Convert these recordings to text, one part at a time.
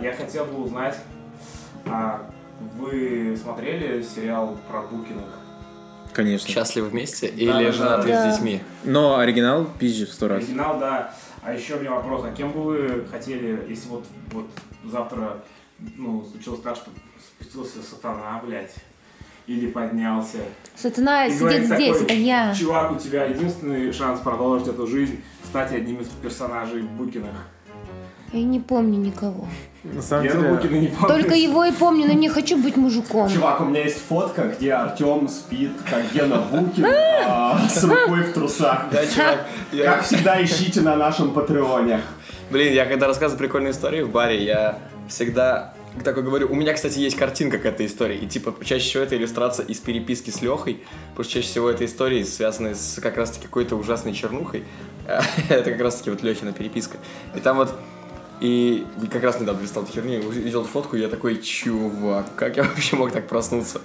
Я хотел бы узнать, а, вы смотрели сериал про Букиных? Конечно. Счастливы вместе да, или да. женаты Да. с детьми? Но оригинал пизжи в сто раз. Оригинал, да. А еще у меня вопрос, а кем бы вы хотели, если вот, вот завтра, ну, случилось так, что спустился сатана, блядь, или поднялся. Сатана И сидит говорит А здесь, такой, это я. Чувак, у тебя единственный шанс продолжить эту жизнь, стать одним из персонажей Букиных. Я не помню никого. На самом Я деле... Букина не помню. Только его и помню, но не хочу быть мужиком. Чувак, у меня есть фотка, где Артем спит, как Гена Букин, а, с рукой в трусах. Да, чувак. я- Как всегда, ищите на нашем Патреоне. Блин, я когда рассказываю прикольные истории в баре, я всегда такой говорю, у меня, кстати, есть картинка к этой истории, и типа чаще всего это иллюстрация из переписки с Лехой, потому что чаще всего это истории связаны с как раз-таки какой-то ужасной чернухой, это как раз-таки вот Лехина переписка, и там вот и как раз недавно листал эту херню, увидел эту фотку, и я такой, чувак, как я вообще мог так проснуться?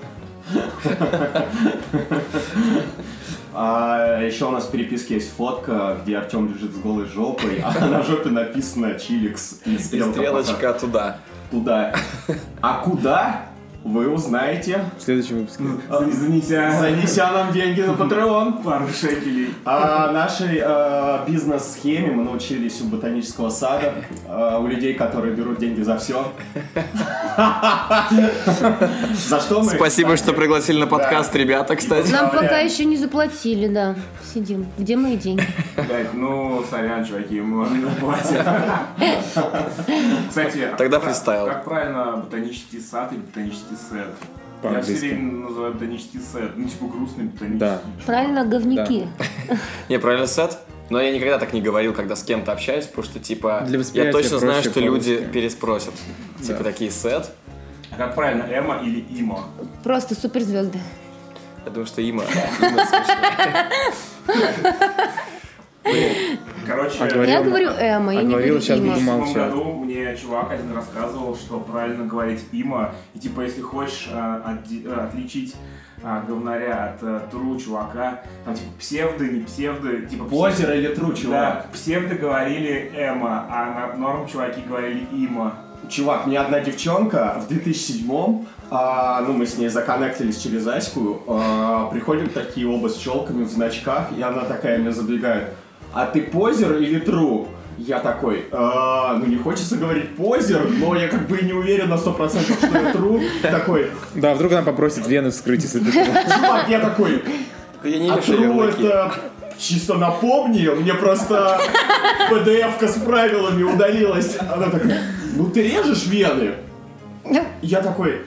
А, еще у нас в переписке есть фотка, где Артем лежит с голой жопой, а на жопе написано Чиликс и И стрелка. стрелочка туда. пока Туда. А куда? Вы узнаете, В следующем выпуске. занеся занеся нам деньги на Патреон. пару шекелей. А нашей э, бизнес-схеме мы научились у ботанического сада, э, у людей, которые берут деньги за все. За что мы... Спасибо, что кстати, пригласили на подкаст, ребята, кстати. Нам Поздравляю. пока еще не заплатили, да. Сидим. Где мои деньги? Блядь, ну, сорян, чуваки, мы вам не платим. Кстати, Тогда как- фристайл. Как правильно ботанический сад или ботанический сет? Я все По-английски. время называю ботанический сет, ну, типа грустный ботанический. Да. чувак. Правильно, говнюки. Не, правильно сет. Но я никогда так не говорил, когда с кем-то общаюсь, потому что, типа, Для я восприятия точно знаю, проще что люди по-русски. переспросят. Типа, такие сет. А как правильно, эмо или има? Просто суперзвезды. Я думаю, что има. Короче, А Я Прям- говорю Эмма, я а не говорила, говорю сейчас Има. буду В молчать. прошлом году мне чувак один рассказывал, что правильно говорить има, и типа если хочешь а, отди- а, отличить а, говнаря от а, тру чувака, там типа псевдо, не псевдо, типа псевдо- Позер или тру, Да, чувак? псевдо говорили Эма, а на норм чуваки говорили Има. Чувак, мне одна девчонка в 2007 а, ну, мы с ней законнектились через Аську, а, приходим такие оба с челками в значках, и она такая меня забегает, а ты позер или тру? Я такой, «А, ну не хочется говорить позер, но я как бы и не уверен на 100%, что я тру. Такой, Да, вдруг она попросит вены вскрыть, если ты... чувак, я такой, Я не а вешаю тру ярлыки. это чисто напомни, мне просто PDF-ка с правилами удалилась. Она такая, ну ты режешь вены? Я такой,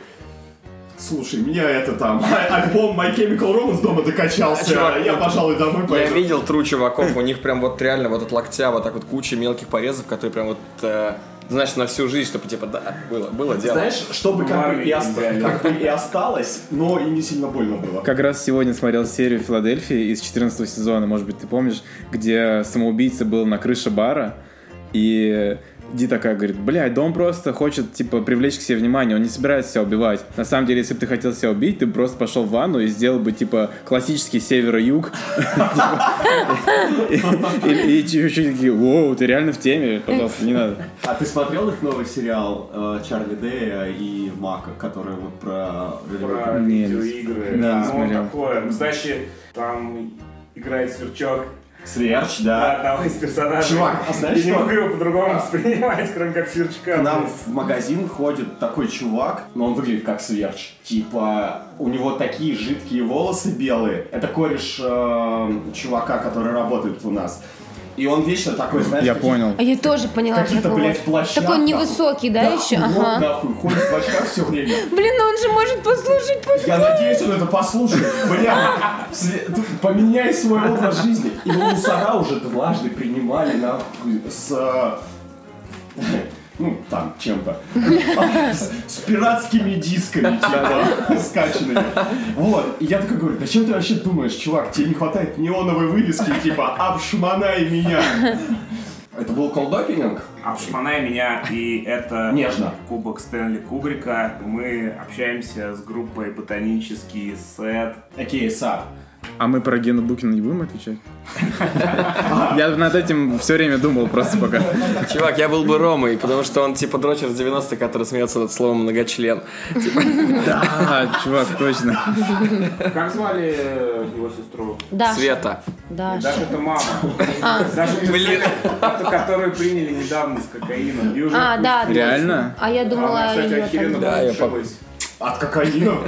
слушай, меня это там, а- альбом My Chemical Romance дома докачался, Чувак, А я, пожалуй, домой Я пойду. видел тру чуваков, у них прям вот реально вот от локтя вот так вот куча мелких порезов, которые прям вот, э, знаешь, на всю жизнь, чтобы типа, да, было, было дело. Знаешь, чтобы как бы, и ост- Марвин, как бы и осталось, но и не сильно больно было. Как раз сегодня смотрел серию Филадельфии из 14 сезона, может быть, ты помнишь, где самоубийца был на крыше бара, и Ди такая говорит, блядь, да он просто хочет, типа, привлечь к себе внимание, он не собирается себя убивать. На самом деле, если бы ты хотел себя убить, ты бы просто пошел в ванну и сделал бы, типа, классический северо-юг. И чуть-чуть такие, воу, ты реально в теме, пожалуйста, не надо. А ты смотрел их новый сериал э, Чарли Дэя и Мака, который вот про... Про Не, видеоигры. не, не Ну, смотрел. такое. Ну, Значит, там играет сверчок. Сверч, Да, да. одного из персонажей. Чувак, а знаешь Я не что? могу его по-другому воспринимать, кроме как сверчка. К нам в магазин ходит такой чувак, но он выглядит как сверч. Типа, у него такие жидкие волосы белые. Это кореш э, чувака, который работает у нас. И он вечно такой, знаешь, Я какие- понял. А я тоже поняла, Какие-то, такого. блядь, плаща, Такой нахуй. невысокий, да, еще? он Ага. нахуй ходит в очках все время. Блин, ну он же может послушать пос- Я надеюсь, он это послушает. Бля, сле- ты поменяй свой образ жизни. И мусора уже дважды принимали на с э, ну, там, чем-то. С, с пиратскими дисками, типа, скачанными. Вот. И я такой говорю, да чем ты вообще думаешь, чувак? Тебе не хватает неоновой вывески, типа, обшмонай меня. Это был колдопинг? Обшмонай меня, и это Нежно. Кубок Стэнли Кубрика. Мы общаемся с группой Ботанический сет. Окей, Сар. А мы про Гену Букина не будем отвечать? Я над этим все время думал просто пока. Чувак, я был бы Ромой, потому что он типа дрочер с 90-х, который смеется над словом многочлен. Да, А, чувак, точно. Как звали э, его сестру? Даша. Света. Даша. Даже это мама. А. Даже Блин. которую приняли недавно с кокаином. И уже А, да. ты- Реально? А я думала, Она, кстати, её охеренно там- Да, я пап- послушалась. От кокаина? Да,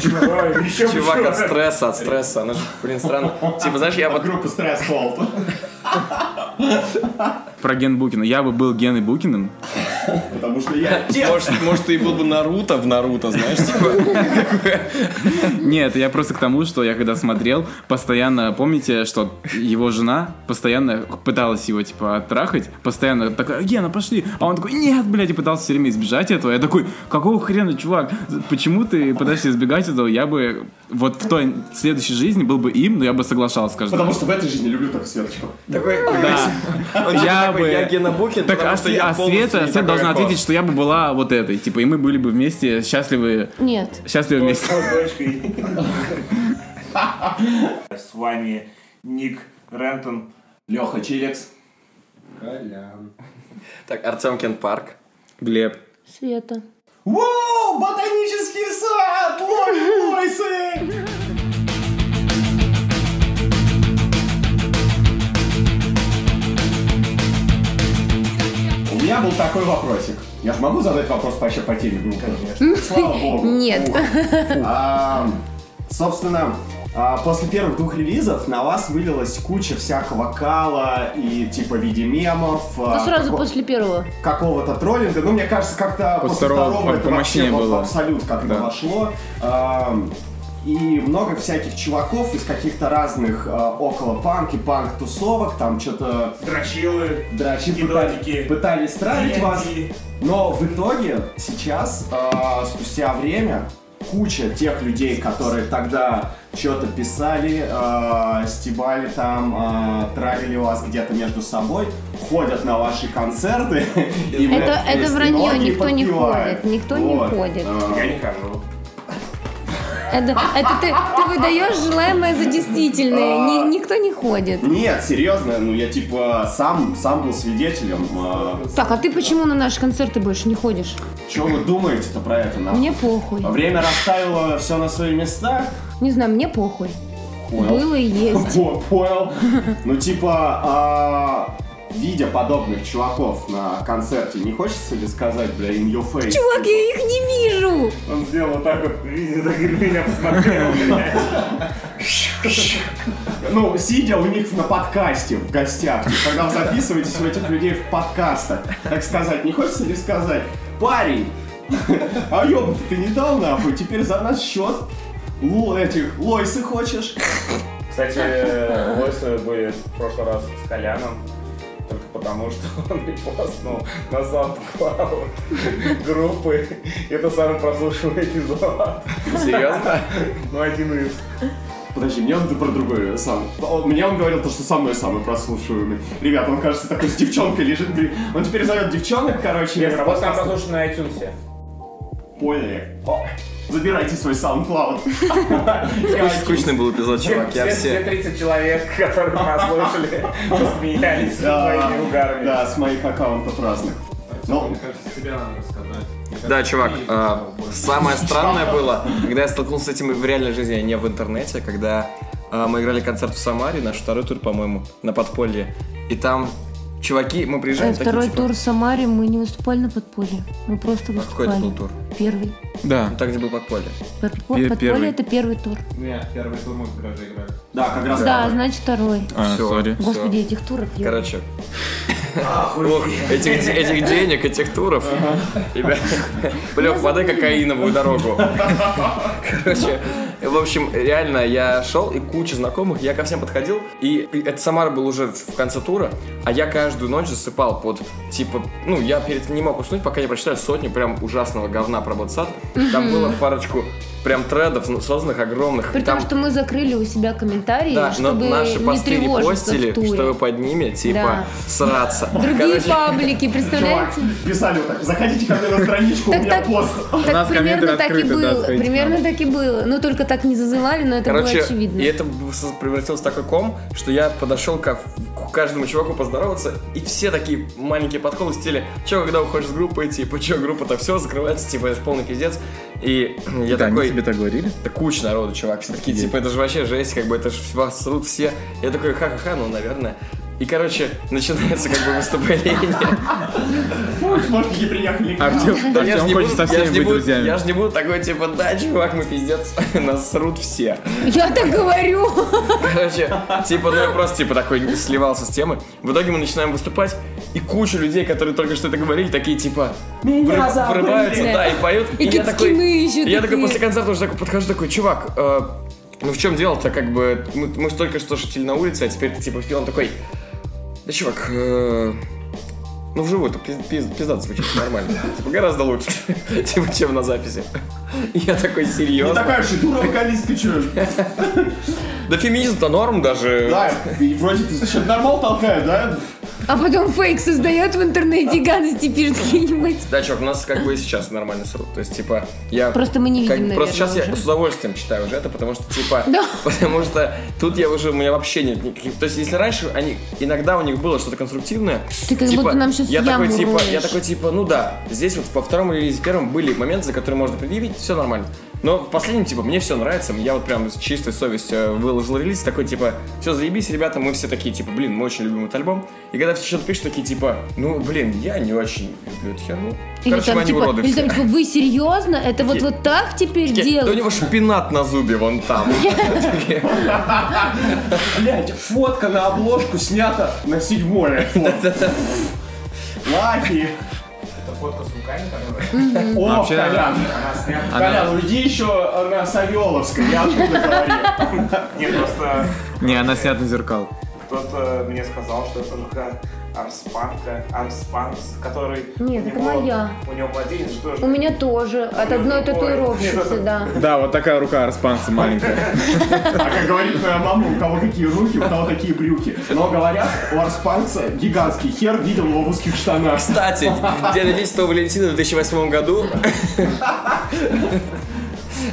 еще бы Чувак что. от стресса, от стресса. Она же, блин, странно. Типа, знаешь, я вот... группы Стресс Фолт. Про Ген Букина. Я бы был Геной Букиным. Потому что я... Может, может, ты и был бы Наруто в Наруто, знаешь, типа. Нет, я просто к тому, что я когда смотрел, постоянно, помните, что его жена постоянно пыталась его, типа, оттрахать, постоянно такая, Гена, пошли, а он такой, нет, блядь, и пытался все время избежать этого, я такой, какого хрена, чувак, почему ты пытаешься избегать этого, я бы вот в той следующей жизни был бы им, но я бы соглашался, каждый Потому что в этой жизни люблю так Светочку. Такой, понимаешь, он же Я такой, бы- Я Гена Букин, Так, потому а, что Све- я а полностью Света, не Света такой, должна как он. ответить, что я бы была вот этой, типа, и мы были бы вместе счастливы, Нет. счастливы Вот, вместе. вот, дочкой. С вами Ник Рентон. Леха Чилекс. Так, Артемкин парк. Глеб. Света. Воу, ботанический сад! Ловим бойсы! У меня был такой вопросик. Я же могу задать вопрос вообще по теме группы? Слава богу. Нет. Ух. А, Собственно, а, после первых двух релизов на вас вылилась куча всякого кала и типа в виде мемов. а, Ну, сразу како- после первого. какого-то троллинга. Ну, мне кажется, как-то После после, второго второго, по- это помощнее вообще в- было. в абсолют как-то Да. вошло. Ам, И много всяких чуваков из каких-то разных а, около панк и панк-тусовок, там что-то Дрочилы. драчи Кидоники. пытали- пытались травить вас. DND. Но в итоге сейчас, а, спустя время, куча тех людей, которые тогда что-то писали, а, стебали там, а, травили вас где-то между собой, ходят на ваши концерты. и Это- блядь, это есть вранье, ноги никто не подпевают. ходит, никто не Вот. ходит. А, Я не хожу. Это, это ты, ты выдаешь желаемое за действительное. Ни- никто не ходит. Нет, серьезно, ну я типа сам, сам был свидетелем. Так, а ты почему на наши концерты больше не ходишь? Что вы думаете-то про это? нахуй? Мне А похуй. Время расставило все на свои места. Не знаю, мне похуй. Понял. Было и есть. Во, Понял. Ну, типа, а, видя подобных чуваков на концерте, не хочется ли сказать, бля, in your face? Чувак, я их не вижу. Он сделал вот так вот, видите, так и меня посмотрел, блядь. Ну, сидя у них на подкасте в гостях, когда вы записываетесь у этих людей в подкастах, так сказать, не хочется ли сказать, парень, а ёб ты не дал нахуй, теперь за нас счет лу этих лойсы хочешь? Кстати, э, лойсы были в прошлый раз с Коляном. Только потому, что он репостнул на SoundCloud группы. Это самый прослушиваемый эпизод. Серьезно? Ну, один из. Подожди, мне он про другое сам. он- Мне он говорил то, что со мной самый прослушиваемый. Ребята, он, кажется, такой с девчонкой лежит. блин. Он теперь зовет девчонок, короче. Нет, из работа там подкаста. прослушана на iTunes. Поняли. О, забирайте свой SoundCloud. Скучный был эпизод, чувак. а Я все... 30 человек, которые нас слушали, посмеялись Да, своими угарами. да, с моих аккаунтов разных. Ну, Да, чувак, а, самое странное было, когда я столкнулся с этим и в реальной жизни, а не в интернете, когда а, мы играли концерт в Самаре, наш второй тур, по-моему, на подполье. И там чуваки, мы Э, приезжаем такие, Второй типа, тур в Самаре мы не выступали на подполье. Мы просто «А Какой это был выступали. тур? Первый. Да. Ну, так, где был подполье. Под- Пе- Подполье первый. это первый тур. Нет, первый тур мы в гараже играли. да, как раз Да, значит второй. А, Всё. сори. Всё. Господи, этих туров. ё- Короче. Ох, этих, де- этих денег, этих туров. Ребят, бля, подай кокаиновую дорогу. Короче, в общем, реально, я шел, и куча знакомых, я ко всем подходил, и это Самара был уже в конце тура, а я каждую ночь засыпал под, типа, ну, я перед не мог уснуть, пока не прочитаю сотню прям ужасного говна про ботсад. Там было парочку прям тредов, ну, созданных огромных. При Там- том, что мы закрыли у себя комментарии, да, но чтобы наши не посты тревожиться репостили, в туре. чтобы под ними, типа, Да. сраться. Другие Короче, паблики, Чувак, представляете? писали вот так, заходите ко мне на страничку, у Так, меня так. пост. У нас Так примерно комменты так и открыты, да, было. сходите к Примерно нам. так и было. Ну, только так не зазывали, но это было Короче, и очевидно. это с- превратилось в такой ком, что я подошел ко- к каждому чуваку поздороваться, и все такие маленькие подколы в стиле «Чё, когда уходишь с группы, типа, чё, группа-то все закрывается, типа, это же полный пиздец». И я Да, такой... они тебе так говорили? Да куча народу, чувак, все такие, Офигеть. типа, это же вообще жесть, как бы, это же вас срут все. Я такой, ха-ха-ха, ну, наверное. И, короче, начинается как бы выступление. Может, не приехали. Артем, я ж Артем не хочет буду- со я ж всеми быть не буду- друзьями. Я же не буду такой, типа, да, чувак, мы пиздец, нас срут все. Я так говорю. Короче, типа, ну я просто типа такой не сливался с темы. В итоге мы начинаем выступать, и куча людей, которые только что это говорили, такие типа Меня вры- забыли. врываются, да, и поют. И я такой, кицкины еще и я такой такие. после концерта уже такой подхожу, такой, чувак, э, ну в чем дело-то, как бы, мы, мы же только что шутили на улице, а теперь ты типа в пил». Он такой, да чувак, э, ну вживую-то пиз- пиз- пизда звучит нормально. Типа гораздо лучше, типа, чем на записи. Я такой, Не серьезно? такая уж и дура вокалистка, чё. Да феминизм-то норм даже. Да, и вроде ты что-то нормал толкает, да? А потом фейк создает в интернете и гадости пишет какие-нибудь. Да, чувак, у нас как бы и сейчас нормально срут. То есть, типа, я... Просто мы не как- видим, Просто сейчас наверное, я с удовольствием читаю уже это, потому что, типа... Да. Потому что тут я уже... У меня вообще нет никаких... То есть, если раньше они... Иногда у них было что-то конструктивное... Ты как будто нам щас я яму такой, типа, Я роешь. такой, типа, ну да, здесь вот во втором релизе первом были моменты, за которые можно предъявить, все нормально. Но в последнем, типа, мне все нравится, я вот прям с чистой совестью э, выложил релиз, такой, типа, все, заебись, ребята, мы все такие, типа, блин, мы очень любим этот альбом. И когда все что-то пишут, такие, типа, ну, блин, я не очень люблю эту херню. Или Короче, там, они типа, уроды или все. там, типа, вы серьезно? Это вот, вот так теперь Да у делать? него шпинат на зубе вон там. Блять, фотка на обложку снята на седьмое. Лаки. Это фотка с руками, которая... О, Вообще, Колян. Она снята. Колян, уйди еще на Савеловской, я оттуда говорю. Нет, просто Не, она снята на зеркал. кто-то мне сказал, что это рука Арспанка, Арспанс, который... Нет, у это него- моя. У него младенец же тоже. У меня тоже. От одной татуировщицы, да. Да, вот такая рука распанца маленькая. А как говорит твоя мама, у кого какие руки, у кого какие брюки. Но говорят, у Арспанца гигантский хер, видел его в узких штанах. Кстати, день родительства Валентина в 2008 году.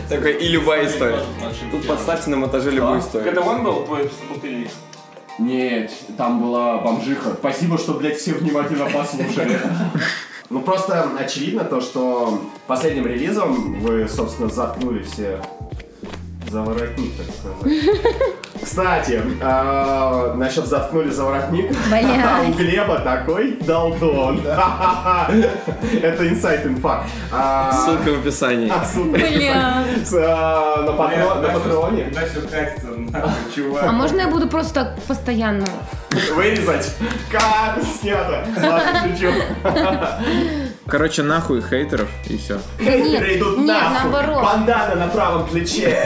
Такой, и любая история. Тут подставьте на монтаже любую Это историю. он был твой собутыльник? Нет, там была бомжиха. Спасибо, что, блядь, все внимательно послушали. Ну, просто очевидно то, что последним релизом вы, собственно, заткнули все за воротник, так сказать. Кстати, а, насчет заткнули за воротник. Блядь. У Глеба такой долдон. Это инсайт инфа. А, Ссылка в описании. а, ссылка. Бля. С, а, На патро- на патреоне. Да, все катится, нахуй, А чувак. можно я буду просто так постоянно? Вырезать. Как снято. Ладно, шучу. Короче, нахуй хейтеров и все. Да нет, Хейтеры идут нет, нахуй. наоборот. Бандана на правом плече.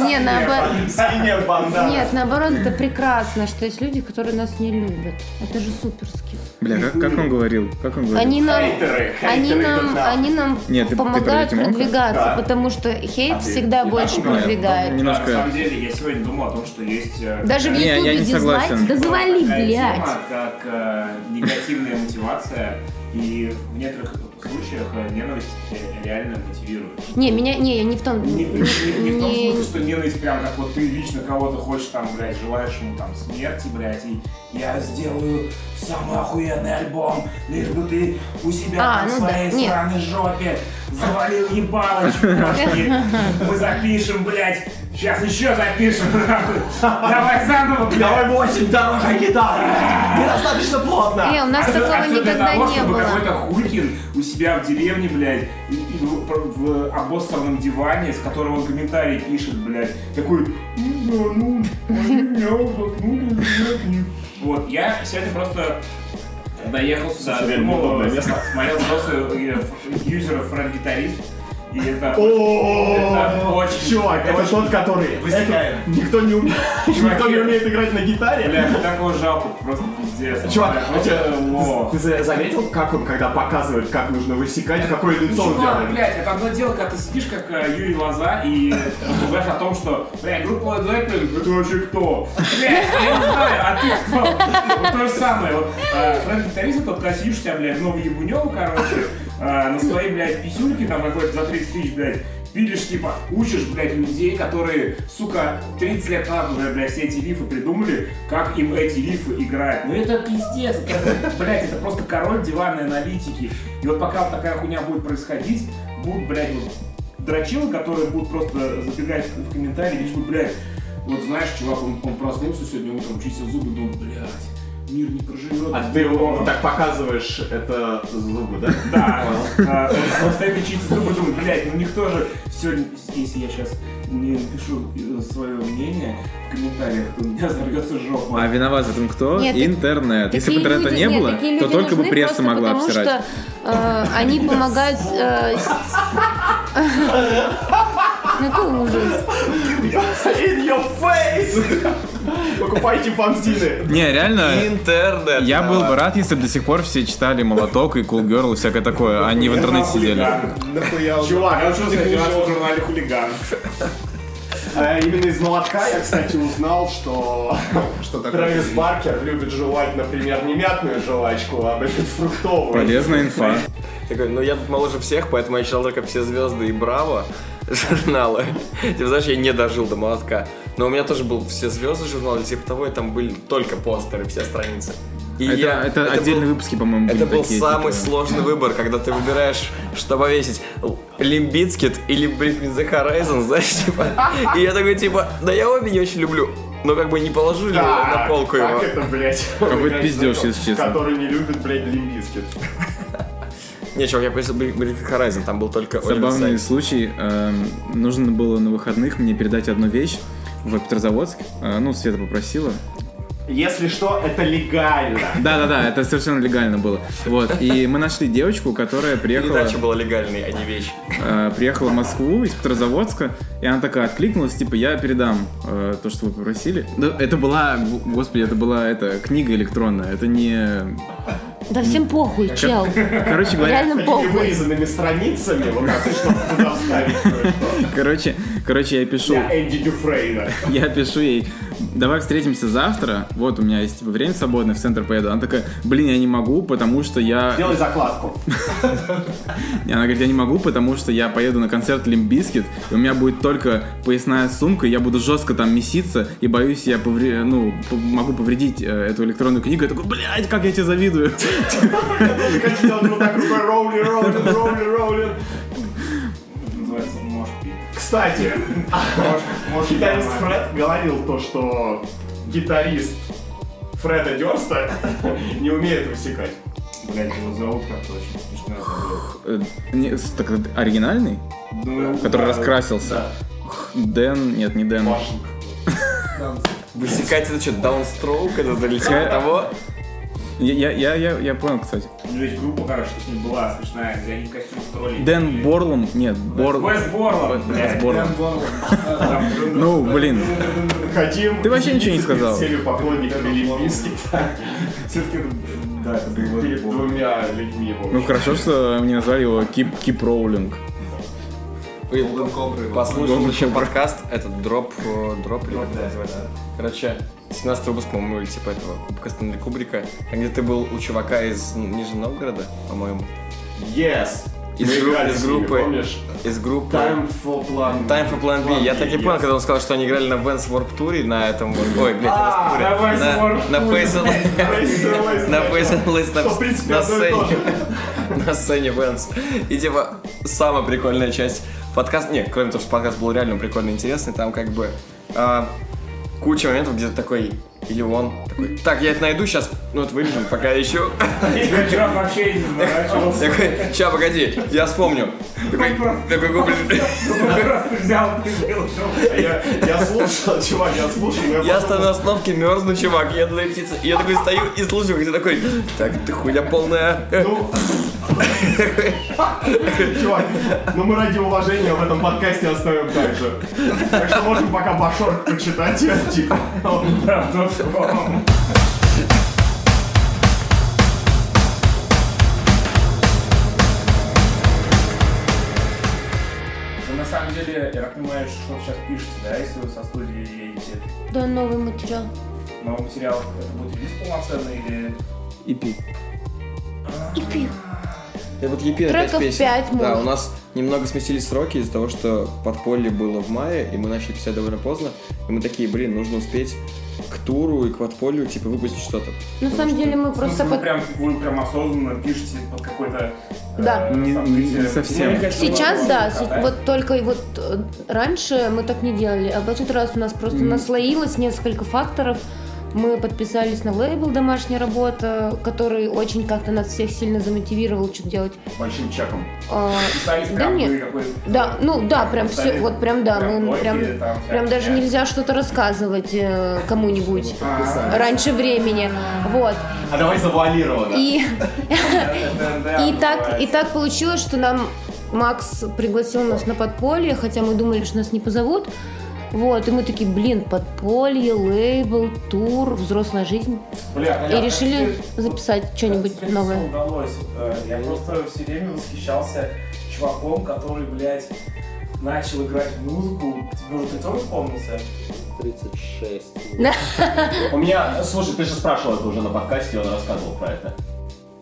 Нет, наоборот. Синяя бандана. Нет, наоборот, это прекрасно, что есть люди, которые нас не любят. Это же суперски. Бля, как, как он говорил? Как он говорил? Они нам, Хейтеры, хейтеры они нам, идут нахуй. они нам Нет, ты- ты помогают про Тимонка? продвигаться, Да. потому что хейт А ты всегда не больше так думаешь? продвигает. Да, на Немножко... самом деле, я сегодня думал о том, что есть... э, Даже в Не, я Ютубе не согласен. дизлайк, да завали, такая блядь. тема, как э, негативная мотивация, и в некоторых случаях э, ненависть э, реально мотивирует. Не, меня, не, я не в том, Не, не- не- не в том Не- смысле, что ненависть прям как вот ты лично кого-то хочешь там, блядь, желаешь ему там смерти, блядь, и я сделаю самый охуенный альбом, лишь бы ты у себя А, на ну да, своей нет. сраной жопе завалил ебалочку, пошли. мы запишем, блядь, сейчас еще запишем, нахуй. давай заново, блядь. Давай 8 дорожай гитары. Недостаточно плотно. Не, у нас А что- а такого что для никогда того, не чтобы было. какой-то Хулькин у себя в деревне, блядь, и- и в, в обоссанном диване, с которого он комментарий пишет, блядь, такой, «Ну да, ну, они меня заткнули, блядь, и-». ну Вот, я сегодня просто доехал сюда, Слушай, реально думал, неудобное место. смотрел просто э, ф- юзера фраг-гитарист, И это... Это О, очень- чувак, это очень тот, который... высекает. это- Никто не умеет, никто не умеет играть на гитаре. Бля, мне такого жалко, просто пиздец. Чувак, Бля, а просто чё, лох. ты за- заметил, как он, когда показывает, как нужно высекать, какое лицо он Чувак, делает? блядь, это одно дело, когда ты сидишь как э, Юрий Лоза и рассуждаешь о том, что, блядь, группа Led Zeppelin, это вообще кто? Блядь, я не знаю, а ты кто? Вот то же самое, вот э, френд гитарист только сидишься, блядь, много ебунёва, короче, э, на своей, блядь, писюльке там какой-то за 30 тысяч, блядь, пилишь, типа, учишь, блядь, людей, которые, сука, 30 лет назад уже, блядь, все эти рифы придумали, как им эти рифы играют. Ну это пиздец, это, блядь, это просто король диванной аналитики. И вот пока вот такая хуйня будет происходить, будут, блядь, вот дрочилы, которые будут просто забегать в комментарии, лишь бы, блядь, вот знаешь, чувак, он, он проснулся сегодня утром, чистил зубы, думал, блядь, мир не проживет. А ты его так показываешь, это зубы, да? Да, а, он постоянно чистит зубы, думает, блядь, ну никто же сегодня, если я сейчас не напишу свое мнение в комментариях, то у меня взорвется жопа. А виноват в этом кто? Нет, так- Интернет. Если бы Такие интернета люди- не нет, было, такие люди то только бы нужны пресса просто могла потому обсирать. что э, они помогают... э, с- Ну какой ужас. In your face! Покупайте фанзины! Не, реально, Интернет. я был давай. бы рад, если бы до сих пор все читали «Молоток» и «Cool Girl» и всякое такое, а не в интернете сидели. Нахуя Чувак, Я я учился финансово в журнале «Хулиган». А Именно из молотка я, кстати, узнал, что Что такое? Трэвис Баркер любит жевать, например, не мятную жвачку, а блин, фруктовую. Полезная инфа. Такой, ну я тут моложе всех, поэтому я читал только все звезды и Браво журналы. Типа, знаешь, я не дожил до молотка. Но у меня тоже был все звезды журнал, и типа того, и там были только постеры, все страницы. И Это, я- это был- отдельные выпуски, по-моему, были Это был такие, самый типа, сложный выбор, когда ты выбираешь, что повесить, Лимбицкит или Bring Me The Horizon, знаешь, типа. И я такой, типа, да я обе не очень люблю, но как бы не положу ли Да, на полку как его. это, блядь? Какой-то пиздёж, если честно. Который не любит, блядь, лимбискет. Не, чувак, я повесил Bring Me The Horizon, там был только Oliver Забавный Sykes. случай. Эм, Нужно было на выходных мне передать одну вещь в Петрозаводск. Э, Ну, Света попросила. Если что, это легально. Да-да-да, это совершенно легально было. Вот. И мы нашли девочку, которая приехала... Передача была легальной, а не вещь. э, приехала в Москву из Петрозаводска, и она такая откликнулась, типа, я передам э, то, что вы попросили. Ну, это была, господи, это была это, книга электронная, это не... Да всем похуй, чел. Короче говоря, Реально Такими похуй. вырезанными страницами, вот так, чтобы туда вставить кое-что. короче, короче, я пишу, Я Энди Дюфрейна. я пишу ей, давай встретимся завтра, вот у меня есть, типа, время свободное, в центр поеду. Она такая, блин, я не могу, потому что я... Делай закладку. И Она говорит, я не могу, потому что я поеду на концерт Лимбискет, и у меня будет только поясная сумка, и я буду жестко там меситься, и боюсь, я повре- ну, по- могу повредить э, эту электронную книгу. Я такой, блядь, как я тебе завидую. Как делать вот так рукой роули, роули, роули, роули. Называется «Мошпи». Кстати, Мошпи. гитарист Фред говорил то, что гитарист Фреда Дёрста не умеет высекать. Блядь, его зовут как-то очень смешно. забыл. Э, не, с- так, оригинальный? Ну, Который да, раскрасился. Дэн, нет, не Дэн. Машинка. Высекать это что, даунстроук, это долетело Я- того? Я, я, я, я, я понял, кстати. Ну, есть группа, короче, с ним была смешная, где они костюм тролли. Дэн Борлом, нет, Бор... Вес Борланд, Вес блядь. Борланд. Там, Ну, блин, Хотим Ты вообще ничего не сказал. Всеми поклонниками Лимбиски все-таки, да, это было перед неплохо. двумя людьми. в общем. ну хорошо, что мне назвали его Кип, Кип Роулинг. Вы Послушал Голден еще Кобра. подкаст, этот дроп, э, дроп или как это называется? Короче, 17 выпуск, по-моему, или типа этого, Кубка Стэнли Кубрика, а где ты был у чувака из Нижнего Новгорода, по-моему, Yes! Ну, Из Мы группы- играли из с ними, группы. помнишь? из группы... Time for Plan Time for Plan B. Я так и yes. понял, когда он сказал, что они играли на Vans Warp Tour на этом... вот- Ой, блядь, на А, Туре. на Vans На- Warped На Face and- Face на and Lies. Face and Lies, на- Что, в принципе, на одно и то сцене. На сцене Венс. И типа, самая прикольная часть подкаста... Нет, кроме того, что подкаст был реально прикольно интересный, там как бы а, куча моментов, где ты такой... Или он такой, так, я это найду, сейчас, ну вот вырежем, пока я ищу. Я вчера вообще не заморачивался. Такой, ща, погоди, я вспомню. Такой, такой, «Блин». Ну, Просто взял и выложил. А Я я слушал, чувак, я слушал, но Я я стою на остановке, мерзну, чувак, я птица. И я такой стою и слушаю, как ты такой, так, ты хуйня полная. Ну, Чувак, ну мы ради уважения в этом подкасте оставим так же. Так что можем пока Башорг почитать, типа. Вы Ну, на самом деле, я так понимаю, что сейчас пишете, да, если вы со студии едете Да, новый материал. новый материал, это будет релиз полноценный или... EP. И пи- Я вот EP на Треков пять песен. пять, да, может. у нас немного сместились сроки из-за того, что подполье было в мае, и мы начали писать довольно поздно. И мы такие, блин, нужно успеть к туру и к подполью, типа, выпустить что-то. На самом деле мы В смысле, просто вы, под- прям, вы прям осознанно пишете под какой-то... э, Да. Не- не событие. совсем. Ну, мне кажется, Сейчас, возможно, да, с- да. вот только и вот э, раньше мы так не делали, а в этот раз у нас просто наслоилось несколько факторов. Мы подписались на лейбл «Домашняя работа», который очень как-то нас всех сильно замотивировал что-то делать. Большим чеком. А, Писались Да прям нет. вы какой-то- Да, ну да, прям все, Писали вот прям да, прям мы блоги, прям, там всякие. прям даже нельзя что-то рассказывать э, кому-нибудь А, раньше времени, вот. А давай завуалированно. И да, да, и так, и бывает. так получилось, что нам Макс пригласил нас на подполье, хотя мы думали, что нас не позовут. Вот, и мы такие, блин, подполье, лейбл, тур, взрослая жизнь. Бля, И понятно. решили записать что-нибудь Тебе всё новое. удалось. Э, Я просто все время восхищался чуваком, который, блядь, начал играть музыку. Тебе уже лицом вспомнился? 36. У меня, слушай, ты же спрашивал это уже на подкасте, он рассказывал про это.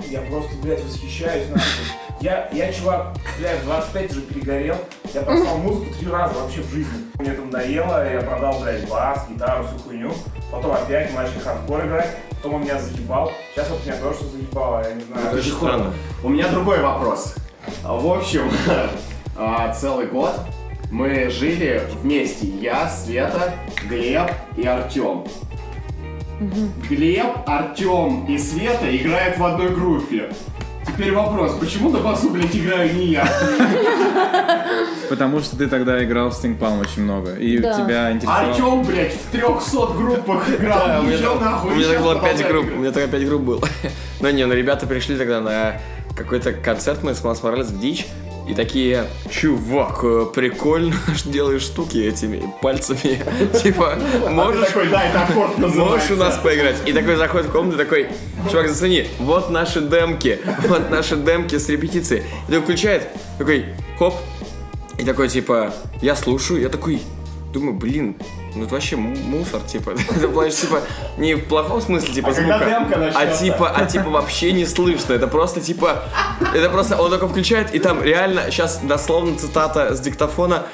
Я просто, блядь, восхищаюсь нахуй. Я, я, чувак, блядь, в 25 уже перегорел. Я послал музыку три раза вообще в жизни. Мне это надоело, я продал, блядь, бас, гитару, всю хуйню. Потом опять начал хардкор играть. Потом он меня заебал. Сейчас вот меня тоже что заебало, я не знаю. Очень странно. У меня другой вопрос. А, В общем, а, целый год мы жили вместе. Я, Света, Глеб и Артем. Глеб, Артем и Света играют в одной группе. Теперь вопрос, почему на басу, блядь, играю не я? Потому что ты тогда играл в Sting Palm очень много. И Да. тебя интересовало... Артем, блядь, в 300 группах Да, играл. у меня Ещё так- нахуй, у меня ещё так было 5 продолжает групп, играть. у меня тогда 5 групп было. Но не, ну ребята пришли тогда на какой-то концерт, мы с Ман смотрелись в дичь, и такие, чувак, э, прикольно что делаешь штуки этими пальцами. Типа, можешь А Такой, да, это аккорд Можешь называется. у нас поиграть? И такой заходит в комнату, такой, чувак, зацени, вот наши демки, вот наши демки с репетиции. И такой включает, такой, хоп, и такой, типа, я слушаю, я такой, думаю, блин, ну это вообще му- мусор, типа, это плачешь, типа, не в плохом смысле, типа, А когда демка звука, а начнется? типа, а типа вообще не слышно, это просто, типа, это просто, он только включает, и там реально, сейчас дословно цитата с диктофона,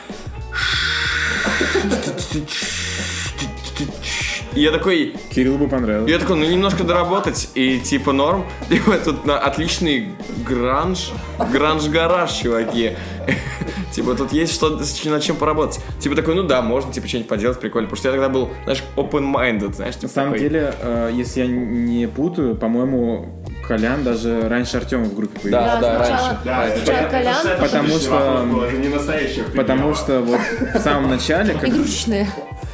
и я такой, Кирилл бы понравилось. я такой, ну немножко доработать, и типа норм. И вот тут на отличный гранж, гранж-гараж, чуваки. Типа тут есть что, с чем- над чем поработать. Типа такой, ну да, можно типа что-нибудь поделать прикольно. Потому что я тогда был, знаешь, open-minded, знаешь, типа На самом такой. деле, э, если я не путаю, по-моему, Колян даже раньше Артема в группе появился. Да, да, сначала, раньше. Да, это сначала понятно, Колян, это Потому шуточный что- вопрос был, это не настоящая хуйня. Потому что вот в самом начале, как- игрушечная.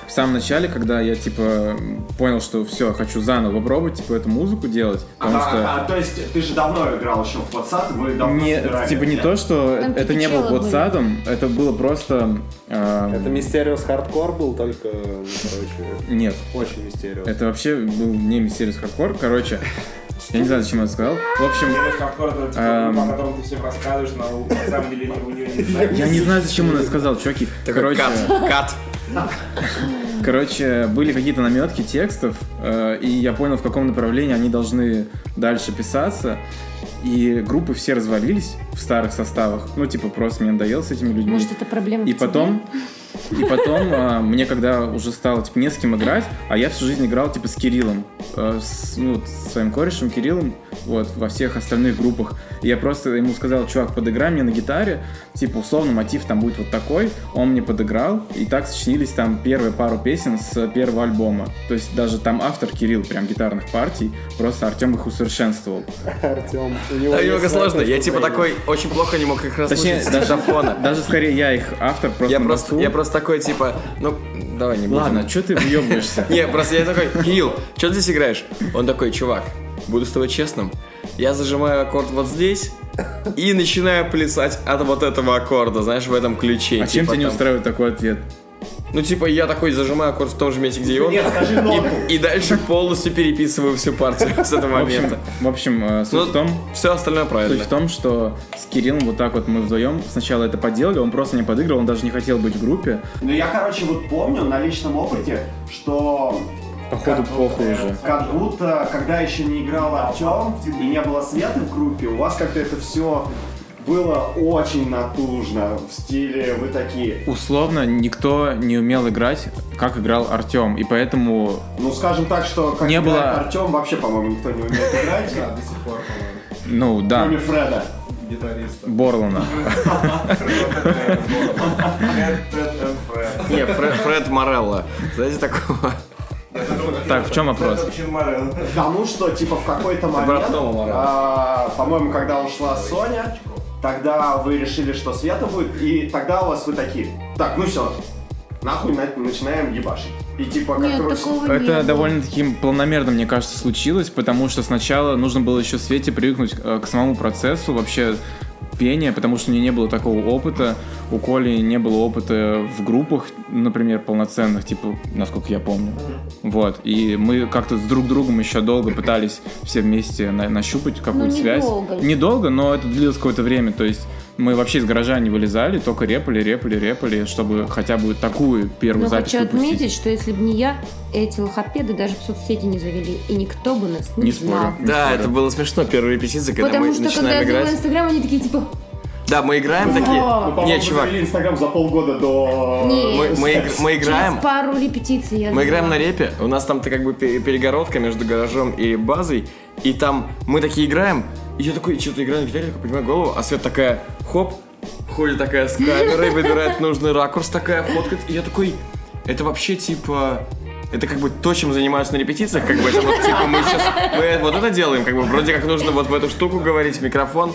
в самом начале, когда я типа понял, что все, хочу заново попробовать, типа эту музыку делать, потому Ага, что а, то есть ты же давно играл еще в WhatsApp, вы давно не, собирали, типа не нет? то, что Там это не было кипячило было. WhatsApp, это было просто э, Это Mysterious хардкор был, только, ну, короче, нет, очень Mysterious. это вообще был не Mysterious Hardcore, короче, я не знаю, зачем я это сказал. В общем, Сереж Капкор, это тот чувак, Эм. типа о котором ты всем рассказываешь, но на самом деле у него не знаю. я не знаю, зачем он это сказал, чуваки. Такой короче, кат, кат. Короче, были какие-то наметки текстов, э, и я понял, в каком направлении они должны дальше писаться. И группы все развалились в старых составах. Ну, типа, просто мне надоело с этими людьми. Может, это проблема в и тебе? потом, и потом э, мне когда уже стало, типа, не с кем играть, а я всю жизнь играл, типа, с Кириллом. э, с, ну, вот с своим корешем Кириллом, вот, во всех остальных группах. И я просто ему сказал, чувак, подыграй мне на гитаре, типа, условно, мотив там будет вот такой. Он мне подыграл, и так сочинились там первые пару песен с первого альбома. То есть даже там автор Кирилл прям гитарных партий, просто Артем их усовершенствовал. Артем, у него Да, есть немного своя сложно. Я точка типа зрения. такой очень плохо не мог их Точнее, расслышать с даже- диктофона. Даже скорее я их автор просто Я на просто, басу. я просто такой, типа, ну, давай не будем. Ладно, что ты въебываешься? Не, просто я такой, Кирилл, что ты здесь играешь? Он такой, чувак, буду с тобой честным. Я зажимаю аккорд вот здесь, и начинаю плясать от вот этого аккорда, знаешь, в этом ключе. А чем Типа тебя не там- устраивает такой ответ? Ну, типа, я такой зажимаю аккорд в том же месте, где и он. Нет, скажи ноту. И дальше полностью переписываю всю партию с этого В общем, момента. в общем, э, суть Ну, в том, все остальное Суть правильно. в том, что с Кириллом вот так вот мы вдвоем сначала это поделали, он просто не подыгрывал, он даже не хотел быть в группе. Ну я, короче, вот помню на личном опыте, что Походу, Как похуй уже. Как будто, когда еще не играл Артем и не было Светы в группе, у вас как-то это все было очень натужно в стиле вы такие. Условно, никто не умел играть, как играл Артем, и поэтому... Ну, скажем так, что как Не было- Артем вообще, по-моему, никто не умеет играть, Да, до сих пор, по-моему, Ну, да, кроме Фреда. гитариста. Борлана. Фред, Фред, Фред, Фред. Не, Фре- Фред Морелло. Знаете такого? Так, в чем вопрос? К тому, что типа в какой-то момент, брат Тома Мороза. а, по-моему, когда ушла Соня, тогда вы решили, что Света будет, и тогда у вас вы такие, так, ну все, нахуй на- начинаем ебашить. И типа, как Нет, короче, такого не Это было. довольно-таки планомерно, мне кажется, случилось, потому что сначала нужно было еще Свете привыкнуть э, к самому процессу, вообще пения, потому что у нее не было такого опыта. У Коли не было опыта в группах, например, полноценных, типа, насколько я помню. Вот. И мы как-то с друг другом еще долго пытались все вместе на- нащупать какую-то Ну, связь. недолго. Недолго, но это длилось какое-то время. То есть мы вообще из гаража не вылезали, только репали, репали, репали, чтобы хотя бы такую первую Но запись хочу выпустить. Ну, отметить, что если бы не я, эти лохопеды даже в соцсети не завели, и никто бы нас не, Не знал. спорю. Да, это было смешно, первые репетиции, когда Потому мы что когда начинаем я завела играть. инстаграм, они такие типа, Да, мы играем Ну, такие. по-моему, Не, чувак, завели Инстаграм за полгода до... Не. мы, мы игр- мы играем, через пару репетиций я Мы завела». играем на репе, у нас там-то как бы пе- перегородка между гаражом и базой, и там мы такие играем, и я такой, что-то играю на гитаре, такой поднимаю голову, а Свет такая, хоп, ходит такая с камерой, выбирает нужный ракурс, такая фоткает, и я такой, это вообще типа... Это как бы то, чем занимаюсь на репетициях, как бы это вот типа мы сейчас мы вот это делаем, как бы вроде как нужно вот в эту штуку говорить в микрофон,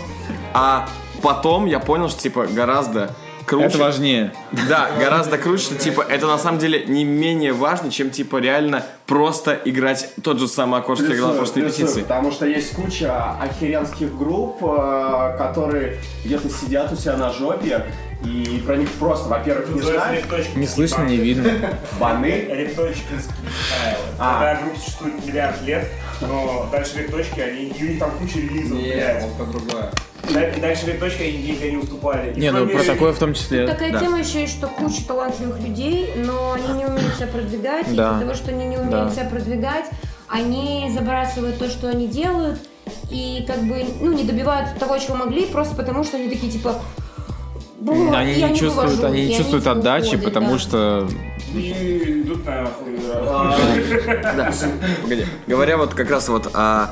а потом я понял, что типа гораздо круче. Это важнее. Да, гораздо круче, что типа это на самом деле не менее важно, чем типа реально просто играть тот же самый аккорд, что я играл в Плюсую, прошлой плюсую, репетиции. Потому что есть куча охеренских групп, э, которые где-то сидят у себя на жопе, и про них просто, во-первых, Ну, не знают, Не слышно, не видно. баны. Репточкинский Кайл. А. Такая группа существует миллиард лет, но дальше репточки, они, и у них там куча релизов, Нет, блядь. вот это другое. Да- и Дальше репточки, они нигде не уступали. И Не, ну кроме- про такое в том числе. Такая да. тема еще и что куча талантливых людей, но они не умеют себя продвигать, и Да. из-за того, что они не умеют Да. себя продвигать, они забрасывают то, что они делают, и как бы, ну, не добиваются того, чего могли, просто потому что они такие, типа, «Бу, Они я не чувствуют, вывожу», они и не чувствуют типа отдачи, уходят, потому да. что И идут нахуй. да. Да. Погоди. Говоря вот как раз вот о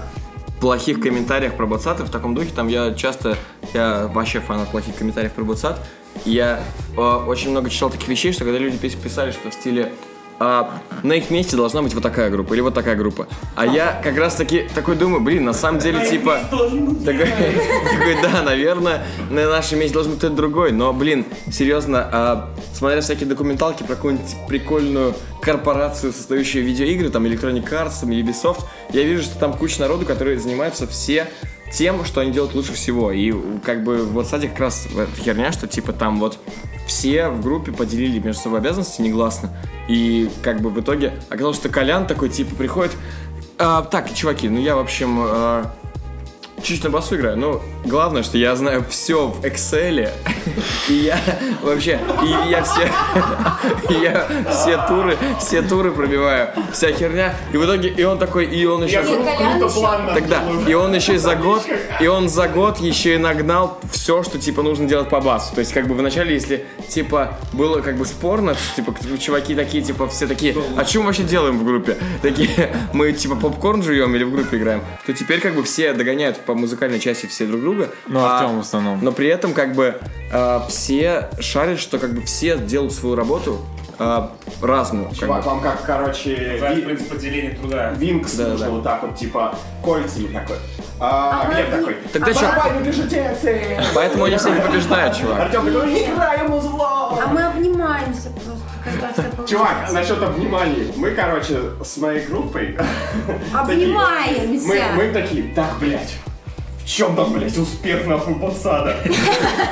плохих комментариях про бацаты в таком духе, там я часто, я вообще фанат плохих комментариев про бацат, и я э, очень много читал таких вещей, что когда люди пис- писали, что в стиле а, на их месте должна быть вот такая группа или вот такая группа. А я как раз таки такой думаю, блин, на самом деле типа... Такой, такой, да, наверное, на нашем месте должен быть кто-то другой. Но, блин, серьезно, а, смотря всякие документалки про какую-нибудь прикольную корпорацию, создающую видеоигры, там Electronic Arts, там Ubisoft, я вижу, что там куча народу, которые занимаются все тем, что они делают лучше всего. И как бы в WhatsApp как раз эта херня, что типа там вот все в группе поделили между собой обязанности негласно. И как бы в итоге оказалось, что Колян такой типа приходит. «А, так, чуваки, ну я, в общем, а, чуть на басу играю, но главное, что я знаю все в Excel, и я вообще, и я все, и я все туры, все туры пробиваю, вся херня, и в итоге, и он такой, и он еще... Я кру- Колян круто еще- план Тогда, наделаю. и он еще и за год, и он за год еще и нагнал все, что типа нужно делать по басу. То есть, как бы вначале, если типа было как бы спорно, что, типа к- чуваки такие, типа все такие, а чем мы вообще делаем в группе? Такие, мы типа попкорн жуем или в группе играем? То теперь как бы все догоняют по музыкальной части все друг друга. Ну, а- Артем в основном. но при этом как бы э, все шарят, что как бы все делают свою работу э, разную. как бы. Чувак, вам как, короче, Знаешь, Ви- принцип поделения труда. Винкс Да, нужно да. вот так вот, типа, кольцами такой. А, А Глеб мы- такой, Тогда а чё? барабаны бежутецы!» Поэтому они все не побеждают, чувак. Артем такой, играй ему зло! А мы обнимаемся просто, когда все получается. Чувак, насчет обниманий. Мы, короче, с моей группой Обнимаемся! Мы, мы такие, так, блядь, в чем там, блядь, успех нахуй подсада?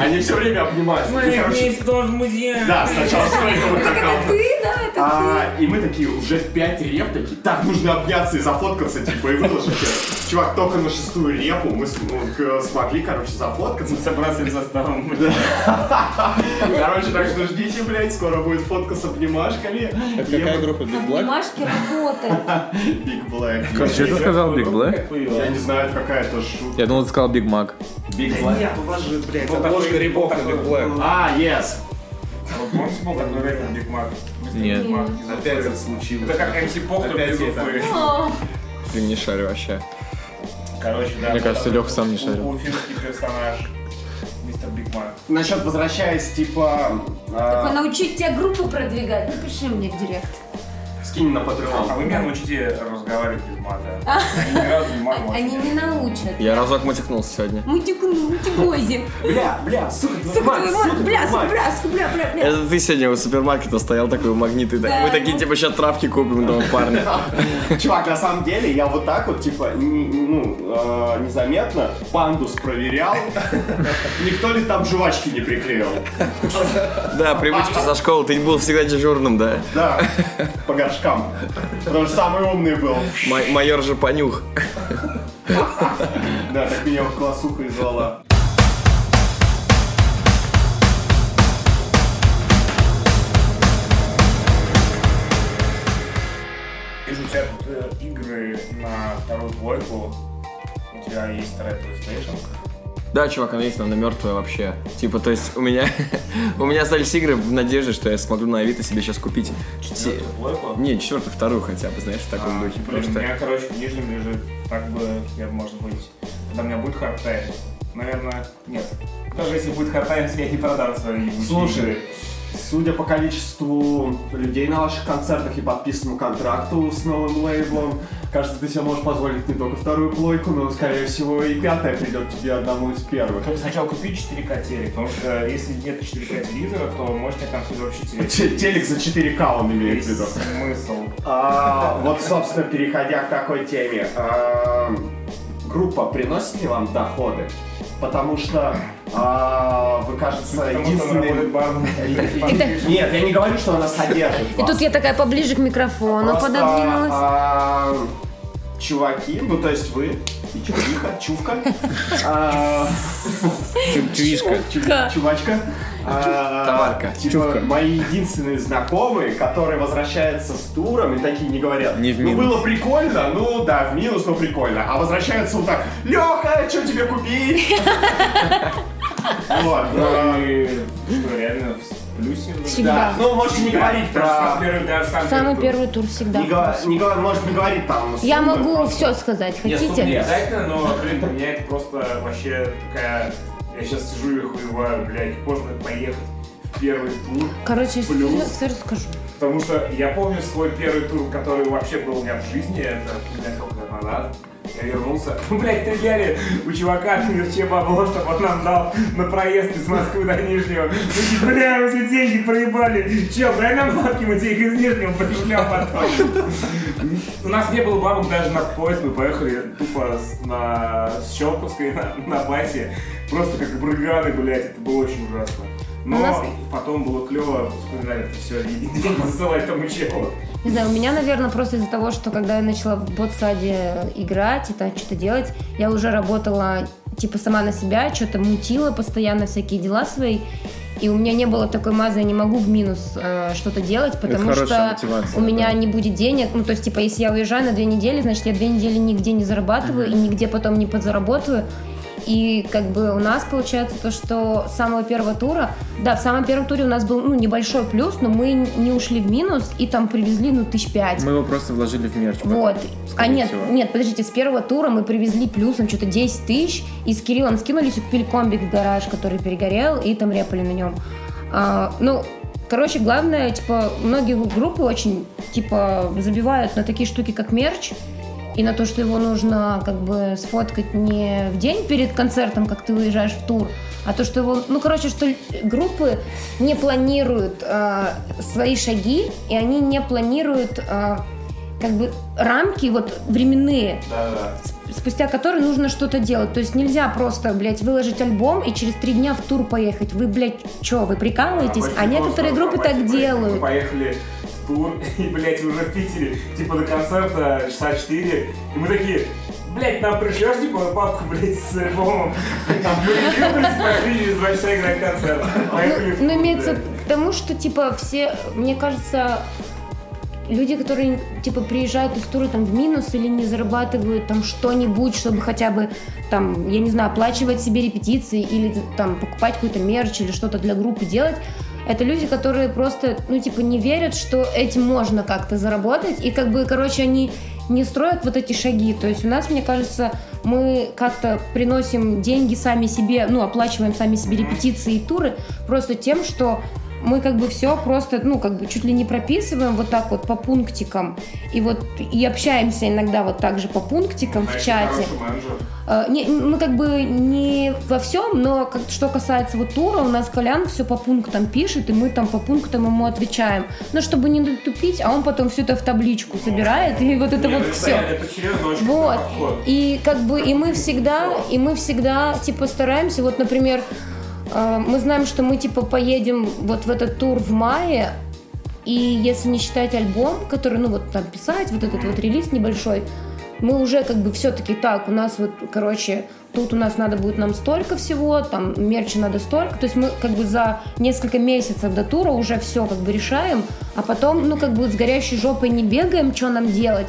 Они все время обнимаются. Ну, короче, тоже музей. Да, сначала сколько мы Ты, да, это а, и мы такие уже в 5 реп такие, так, нужно обняться и зафоткаться, типа, и выложить. это». Чувак, только на шестую репу мы с- ну, к- смогли, короче, зафоткаться. Собраться за столом. Короче, так что ждите, блядь, скоро будет фотка с обнимашками. Это какая группа? ты. Big Black? Обнимашки работают. Биг Блэк. ну, Короче, ты сказал Биг Блэк? Я не знаю, это какая-то шутка. Я думал, ты сказал Биг Мак. Биг Блэк. у вас же, блядь, Это ложка рябов на Big Black. А, yes. Вот Помните, был такой рэпер Биг Мак? Нет. Опять это случилось. Это как MC Пох, только Опять без это. Уфы. О, Блин, не шарю вообще. Короче, да. Мне вот кажется, такой Лёха сам не у- шарил. Уфимский персонаж. Мистер Биг Мак. Насчет возвращаясь, типа, такой, а, научить тебя группу продвигать. Напиши мне в директ. скинь на А Patreon. вы меня научите разговаривать без мата. Они ни разу не мат А, Они не научат. Я разок матюкнулся сегодня. Мутикну, мутикози. Бля, бля, сука, твою Сука, мать, твою мать, сука, твою бля, сука, мать. бля, сука, бля, бля, бля. Это Э, ты сегодня у супермаркета стоял такой у магниты. так- Да. Мы такие, типа, сейчас травки купим дома парня. Чувак, на самом деле, я вот так вот, типа, н- ну, э, незаметно пандус проверял, никто ли там жвачки не приклеил. Да, привычка со школы, ты был всегда дежурным, да. Да, по горшкам. Потому что самый умный был. Ма- майор же понюх. Да, так меня в классуха и звала. Вижу, у тебя тут э, игры на вторую двойку. У тебя есть вторая PlayStation. Да, чувак, она есть, но она мертвая вообще. Типа, то есть у меня, у меня остались игры в надежде, что я смогу на Авито себе сейчас купить. Те- Четвертую двойку. А, Не, четвертую, вторую хотя бы, знаешь, в таком духе. Блин, Потому у что меня, короче, в нижнем лежит, так бы, я бы, может быть, когда у меня будет Hard Times. Наверное, нет. Даже если будет Hard Times, я не продам свои игры. Слушай, судя по количеству людей на ваших концертах и подписанному контракту с новым лейблом, кажется, ты себе можешь позволить не только вторую плойку, но, скорее всего, и пятая придет тебе одному из первых. Только сначала купи 4К телек, потому что если нет 4К телевизора, то мощная консоль вообще терять. Те- Телек за 4К он имеет в Есть виду. смысл. А, вот, собственно, переходя к такой теме. эм, Группа приносит ли вам доходы? Потому что а, вы, кажется, Потому что она единственные... работает баром. Нет, я не говорю, что она содержит И вас. тут я такая поближе к микрофону Просто, пододвинулась. а, чуваки, ну то есть вы и чувиха, чувка, а, Чувишка. чу- чувачка, а, Товарка. типа, мои единственные знакомые, которые возвращаются с туром и такие не говорят, Не в ну минус». было прикольно, ну да, в минус, но прикольно, а возвращаются вот так, Леха, что тебе купить? Вот, Да, а, и что, реально в плюсе? да. Всегда. ну можете не говорить Даже сам про... первый- даже сам Самый был. первый тур всегда. Не, говор- не говор- может не говорить там. Я суммы, могу просто. все сказать, Нет, стоп, не хотите? обязательно, но, блин, у меня это просто вообще такая... Я сейчас сижу и хуеваю, блядь, можно поехать в первый тур. Короче, Плюс. все расскажу. Потому что я помню свой первый тур, который вообще был у меня в жизни, это, блядь, сколько лет назад. Я вернулся. Блять, стреляли у чувака в мерче бабло, чтобы он нам дал на проезд из Москвы до Нижнего. Такие, Бля, мы все деньги проебали. Чел, дай нам бабки, мы тебе их из Нижнего пришлем потом. У нас не было бабок даже на поезд, мы поехали тупо с- на с Щелковской на, на басе. Просто как брыганы, блядь, это было очень ужасно. Но У нас- потом было клево, вспоминали это все, и деньги засылать тому челу. Не знаю, у меня, наверное, просто из-за того, что когда я начала в ботсаде играть и там что-то делать, я уже работала типа сама на себя, что-то мутила постоянно всякие дела свои. И у меня не было такой мазы, я не могу в минус э, что-то делать, потому хорошая что мотивация, у меня да. не будет денег. Ну, то есть, типа, если я уезжаю на две недели, значит, я две недели нигде не зарабатываю и нигде потом не подзаработаю. И как бы у нас получается то, что с самого первого тура, да, в самом первом туре у нас был ну, небольшой плюс, но мы не ушли в минус и там привезли ну тысяч пять. Мы его просто вложили в мерч. потом, Вот. А скорее нет, всего. нет, подождите, с первого тура мы привезли плюсом что-то 10 тысяч, и с Кириллом скинулись и купили комбик в гараж, который перегорел, и там репали на нем. А, ну, короче, главное, типа, многие группы очень, типа, забивают на такие штуки, как мерч, и на то, что его нужно как бы сфоткать не в день перед концертом, как ты уезжаешь в тур, а то, что его, ну, короче, что л- группы не планируют а, свои шаги, и они не планируют а, как бы рамки вот временные, Да-да-да. с- спустя которые нужно что-то делать. То есть нельзя просто, блядь, выложить альбом и через три дня в тур поехать. Вы, блядь, чё, вы прикалываетесь? Очень А просто некоторые группы так попасть, блядь, Мы делают. поехали в тур, и, блядь, уже в Питере, типа, до концерта часа 4, и мы такие, блядь, нам пришлешь, типа, папку, блядь, с альбомом? Там люди выбрались, пошли через два часа играть концерт. Поехали в Ну, но тур, имеется блядь. к тому, что, типа, все, мне кажется, люди, которые, типа, приезжают из тура там в минус или не зарабатывают там что-нибудь, чтобы хотя бы, там, я не знаю, оплачивать себе репетиции или там покупать какой-то мерч или что-то для группы делать, это люди, которые просто, ну, типа, не верят, что этим можно как-то заработать, и как бы, короче, они не строят вот эти шаги. То есть у нас, мне кажется, мы как-то приносим деньги сами себе, ну, оплачиваем сами себе репетиции и туры просто тем, что мы как бы все просто, ну, как бы чуть ли не прописываем вот так вот по пунктикам. И вот и общаемся иногда вот так же по пунктикам в Знаешь, чате. хороший менеджер. Э, не- мы как бы не во всем, но как- что касается вот тура, у нас Колян все по пунктам пишет, и мы там по пунктам ему отвечаем. Но чтобы не натупить, а он потом все это в табличку собирает, и вот это Нет, вот все. ну, Это это серьезно очень крутой Вот. подход. И как бы и мы всегда, и мы всегда типа стараемся. Вот, например, э, мы знаем, что мы типа поедем вот в этот тур в мае. И если не считать альбом, который, ну вот там писать, вот этот вот релиз небольшой, мы уже как бы все-таки так, у нас вот, короче, тут у нас надо будет нам столько всего, там мерча надо столько, то есть мы как бы за несколько месяцев до тура уже все как бы решаем, а потом, ну как бы с горящей жопой не бегаем, что нам делать.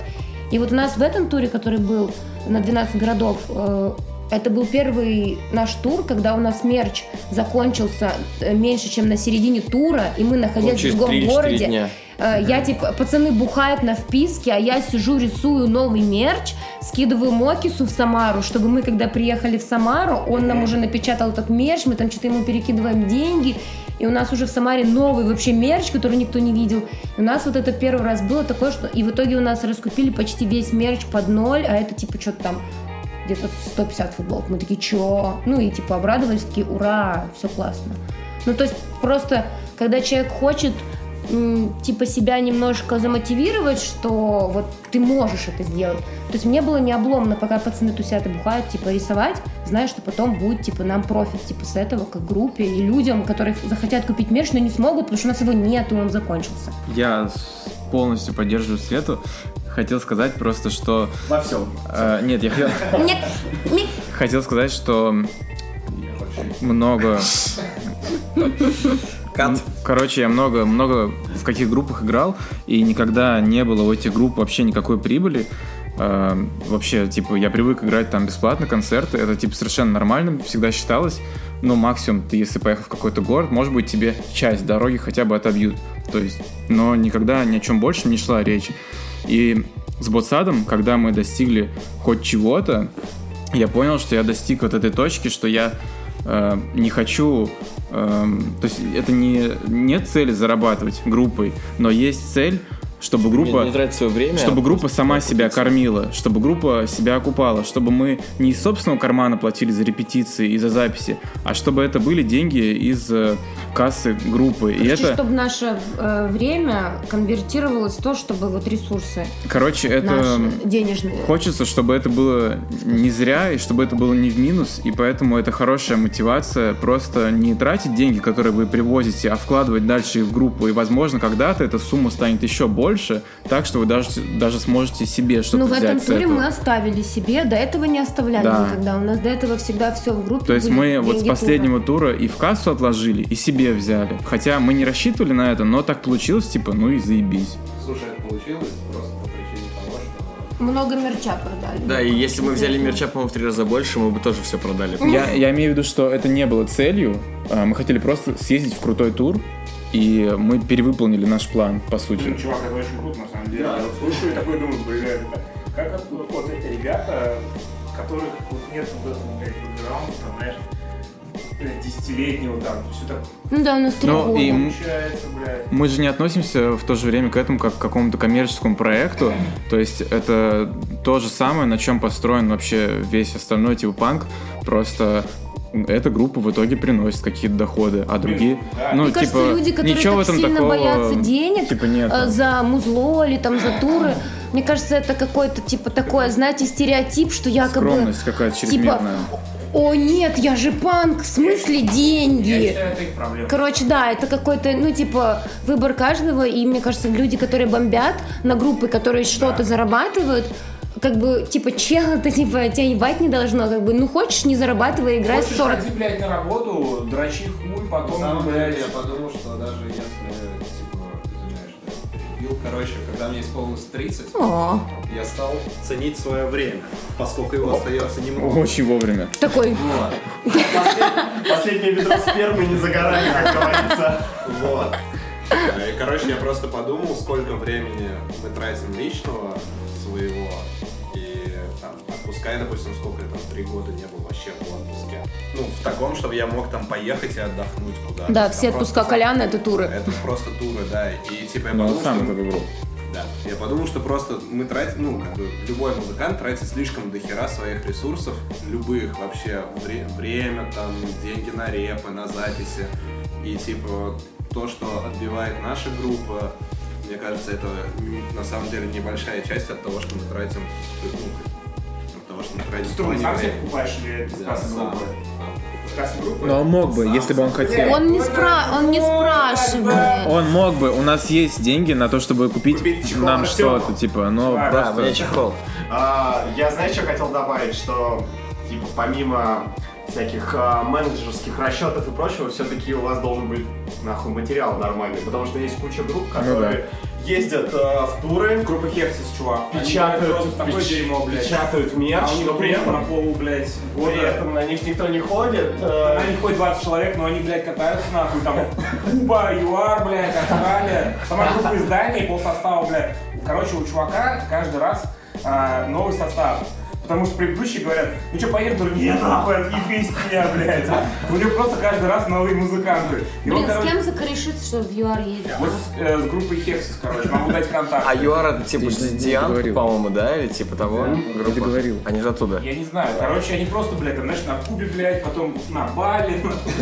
И вот у нас в этом туре, который был на 12 городов, э, это был первый наш тур, когда у нас мерч закончился э, меньше, чем на середине тура, и мы Ну, находились через в другом 3-4 городе. дня. Э, Я типа, пацаны бухают на вписке, а я сижу, рисую новый мерч, скидываю Мокису в Самару, чтобы мы, когда приехали в Самару, он нам уже напечатал этот мерч, мы там что-то ему перекидываем деньги, и у нас уже в Самаре новый вообще мерч, который никто не видел. И у нас вот это первый раз было такое, что... И в итоге у нас раскупили почти весь мерч под ноль, а это типа что-то там где-то 150 футболок. Мы такие, чё? Ну и типа обрадовались, такие, ура, все классно. Ну то есть просто, когда человек хочет м, типа себя немножко замотивировать, что вот ты можешь это сделать. То есть мне было не обломно, пока пацаны тусят и бухают, типа рисовать, зная, что потом будет типа нам профит типа с этого как группе и людям, которые захотят купить мерч, но не смогут, потому что у нас его нет, и он закончился. Я с- полностью поддерживаю Свету. Хотел сказать просто, что... Во всем. э, нет, я хотел, Нет, нет. хотел сказать, что много... Кат. Короче, я много, много в каких группах играл, и никогда не было у этих групп вообще никакой прибыли. Э, вообще, типа, я привык играть там бесплатно концерты, это, типа, совершенно нормально, всегда считалось. Но максимум, ты если поехал в какой-то город, может быть, тебе часть дороги хотя бы отобьют. То есть, но никогда ни о чем больше не шла речь. И с Ботсадом, когда мы достигли хоть чего-то, я понял, что я достиг вот этой точки, что я э, не хочу... эм, то есть это не, нет цели зарабатывать группой, но есть цель, чтобы группа... Не, не тратить свое время. Чтобы группа сама себя кормила, чтобы группа себя окупала, чтобы мы не из собственного кармана платили за репетиции и за записи, а чтобы это были деньги из э, кассы группы. И Короче, это, чтобы наше э, время конвертировалось в то, чтобы вот ресурсы короче, это... наши денежные. Хочется, чтобы это было не зря и чтобы это было не в минус, и поэтому это хорошая мотивация просто не тратить деньги, которые вы привозите, а вкладывать дальше их в группу, и, возможно, когда-то эта сумма станет еще больше, так что вы даже, даже сможете себе что-то Ну, в взять этом с туре этого. мы оставили себе, до этого не оставляли Да. никогда. У нас до этого всегда все в группе. То есть были мы вот с деньги тура. последнего тура и в кассу отложили, и себе взяли. Хотя мы не рассчитывали на это, но так получилось, типа, ну и заебись. Слушай, это получилось просто по причине того, что... Много мерча продали. Да, и если мы взяли мерча, по-моему, в три раза больше, мы бы тоже все продали. Я, я имею в виду, что это не было целью. а, Мы хотели просто съездить в крутой тур, и мы перевыполнили наш план, по сути. Блин, чувак, это очень круто, на самом деле. Я вот слушаю и такой думаю, блин, как от- вот эти ребята, которых вот нет вот этого, блядь, бэкграунда, там, знаешь, блядь, десятилетнего, там, все так Ну да, у нас три Ну, года. и м- получается, блядь. мы же не относимся в то же время к этому как к какому-то коммерческому проекту. То есть это то же самое, на чем построен вообще весь остальной типа панк. Просто эта группа в итоге приносит какие-то доходы, а другие, да. ну Мне типа кажется, люди, которые ничего так в этом сильно такого боятся денег типа нет. э, за музло или там за туры, Мне кажется, это какой-то, типа, такой, знаете, стереотип, что якобы... Скромность какая-то Типа, чрезмерная. о нет, я же панк, в смысле Я деньги? считаю, это их проблема. Короче, да, это какой-то, ну, типа, выбор каждого, и мне кажется, люди, которые бомбят на группы, которые что-то зарабатывают, как бы, типа, чел, это, типа, тебя ебать не должно, как бы, ну, хочешь, не зарабатывай, играй в Хочешь 40. ходи, блядь, на работу, дрочи хуй, На потом, самом блядь, деле, я подумал, что даже если, типа, ты знаешь, да, перебил, короче, когда мне исполнилось 30, О, я стал Ценить свое время, поскольку его остается немного. Очень вовремя. такой, Последнее ведро спермы не за горами, как говорится. Вот. Э, и, Короче, я просто подумал, сколько времени мы тратим личного своего. И там, отпускай, допустим, сколько я там, три года не был вообще в отпуске. Ну, в таком, чтобы я мог там поехать и отдохнуть куда-то. да, Там все просто отпуска Коляна, это туры. Это просто туры, да. И типа я Но подумал, он Ну, сам что- это выбрал. да. Я подумал, что просто мы тратим, ну, как бы любой музыкант тратит слишком дохера своих ресурсов, любых вообще, вре- время, там, деньги на репы, на записи. И типа то, что отбивает наша группа, мне кажется, это м, на самом деле небольшая часть от того, что мы тратим, ну, как- от того, что мы тратим струны свое сам себе время. покупаешь или из Да, кассы сам. группы? Из кассы группы? Но он Ну, а мог бы, Сам если бы он сам. хотел. Он не, спра... он не спрашивает. Он мог бы, у нас есть деньги на то, чтобы купить, Купить чехол нам Артёма. что-то, типа, но Да, просто... Да, мне чехол. А, Я, знаешь, что хотел добавить, что типа помимо всяких а, менеджерских расчетов и прочего, все-таки у вас должен быть нахуй материал нормальный, потому что есть куча групп, которые ездят а, в туры, Группа Хексис, чувак. Они печатают, просто такое печ- дерьмо, блядь. печатают мерч, А у но них при бред на этом, полу, блядь, года. при этом на них никто не ходит. На а, них ходит 20 человек, но они, блядь, катаются нахуй, там, Куба, ЮАР, блядь, Австралия, сама группа издания, пол состава, блядь. Короче, у чувака каждый раз а, новый состав. Потому что предыдущие говорят, ну что, поедем, говорю, не нахуй, отъебись от меня, блядь. У него просто каждый раз новые музыканты. И он, Блин, с короче, кем закорешиться, что в ЮАР ездит? вот с, э, с группой Хексис, короче, могу дать контакт. А ЮАР, типа, Ты не Диан, договорил. по-моему, да? Или типа того? Ты договорил. Они же оттуда. Я не знаю, короче, они просто, блядь, там, знаешь, на Кубе, блядь, потом на Бали.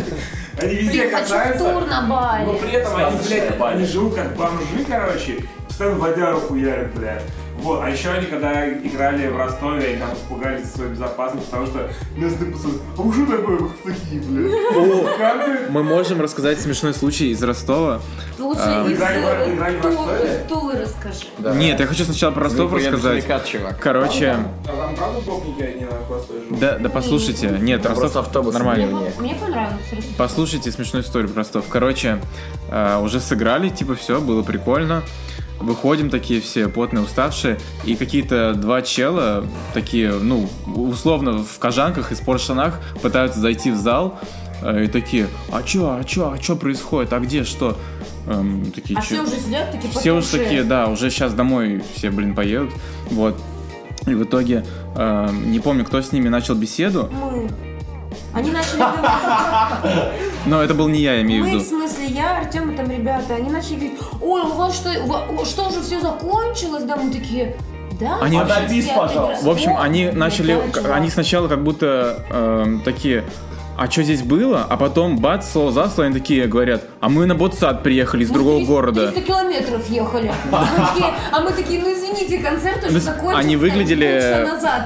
Они везде Блин, хочу в катаются. тур на Бали. Но при этом они, Сказочная блядь, Бали. они живут как бомжи, короче, постоянно водяру хуярят, блядь. Вот, а еще они, когда играли в Ростове, они там испугались за свою безопасность, потому что местные пацаны, а вы что такое, вы такие, блядь? Как Мы можем рассказать смешной случай из Ростова. Лучше А, из, играли в- э, играли в Тулы- Ростове? из Тулы расскажи. Да. Нет, я хочу сначала про Ростов Ну, я рассказать. душевикат, чувак. Короче, А там правда гопники они на хвостой живут? да, да послушайте. Нет, Там Ростов просто автобус. нормально. Мне, по- мне понравилось. расскажи. Послушайте смешную историю про Ростов. Короче, э, уже сыграли, типа, все, было прикольно. Выходим такие все потные, уставшие, и какие-то два чела, такие, ну, условно, в кожанках и спортшанах, пытаются зайти в зал, э, и такие, а чё, а чё, а чё происходит, а где, что? Эм, такие, А «Чё?» все уже сидят такие Все уж потухшие. такие, да, уже сейчас домой все, блин, поедут. Вот. И в итоге, э, не помню, кто с ними начал беседу, Мы. Они начали говорить, но это был не я, я имею в мы, виду. в смысле, я, Артем и там ребята, они начали говорить, ой, у вас что, у ва- о, что уже все закончилось, да, мы такие, да? Они вообще- Подопись, пожалуйста. В общем, О, они блядь, начали, да, к- чувак. они сначала как будто эм, такие, а что здесь было? А потом, бац, слово за слово, они такие говорят, а мы на Ботсад приехали из Мы другого 300 города. 300 Ну, километров ехали. Мы такие, а мы такие, ну извините, концерт Ну, уже закончился. они выглядели- полчаса назад.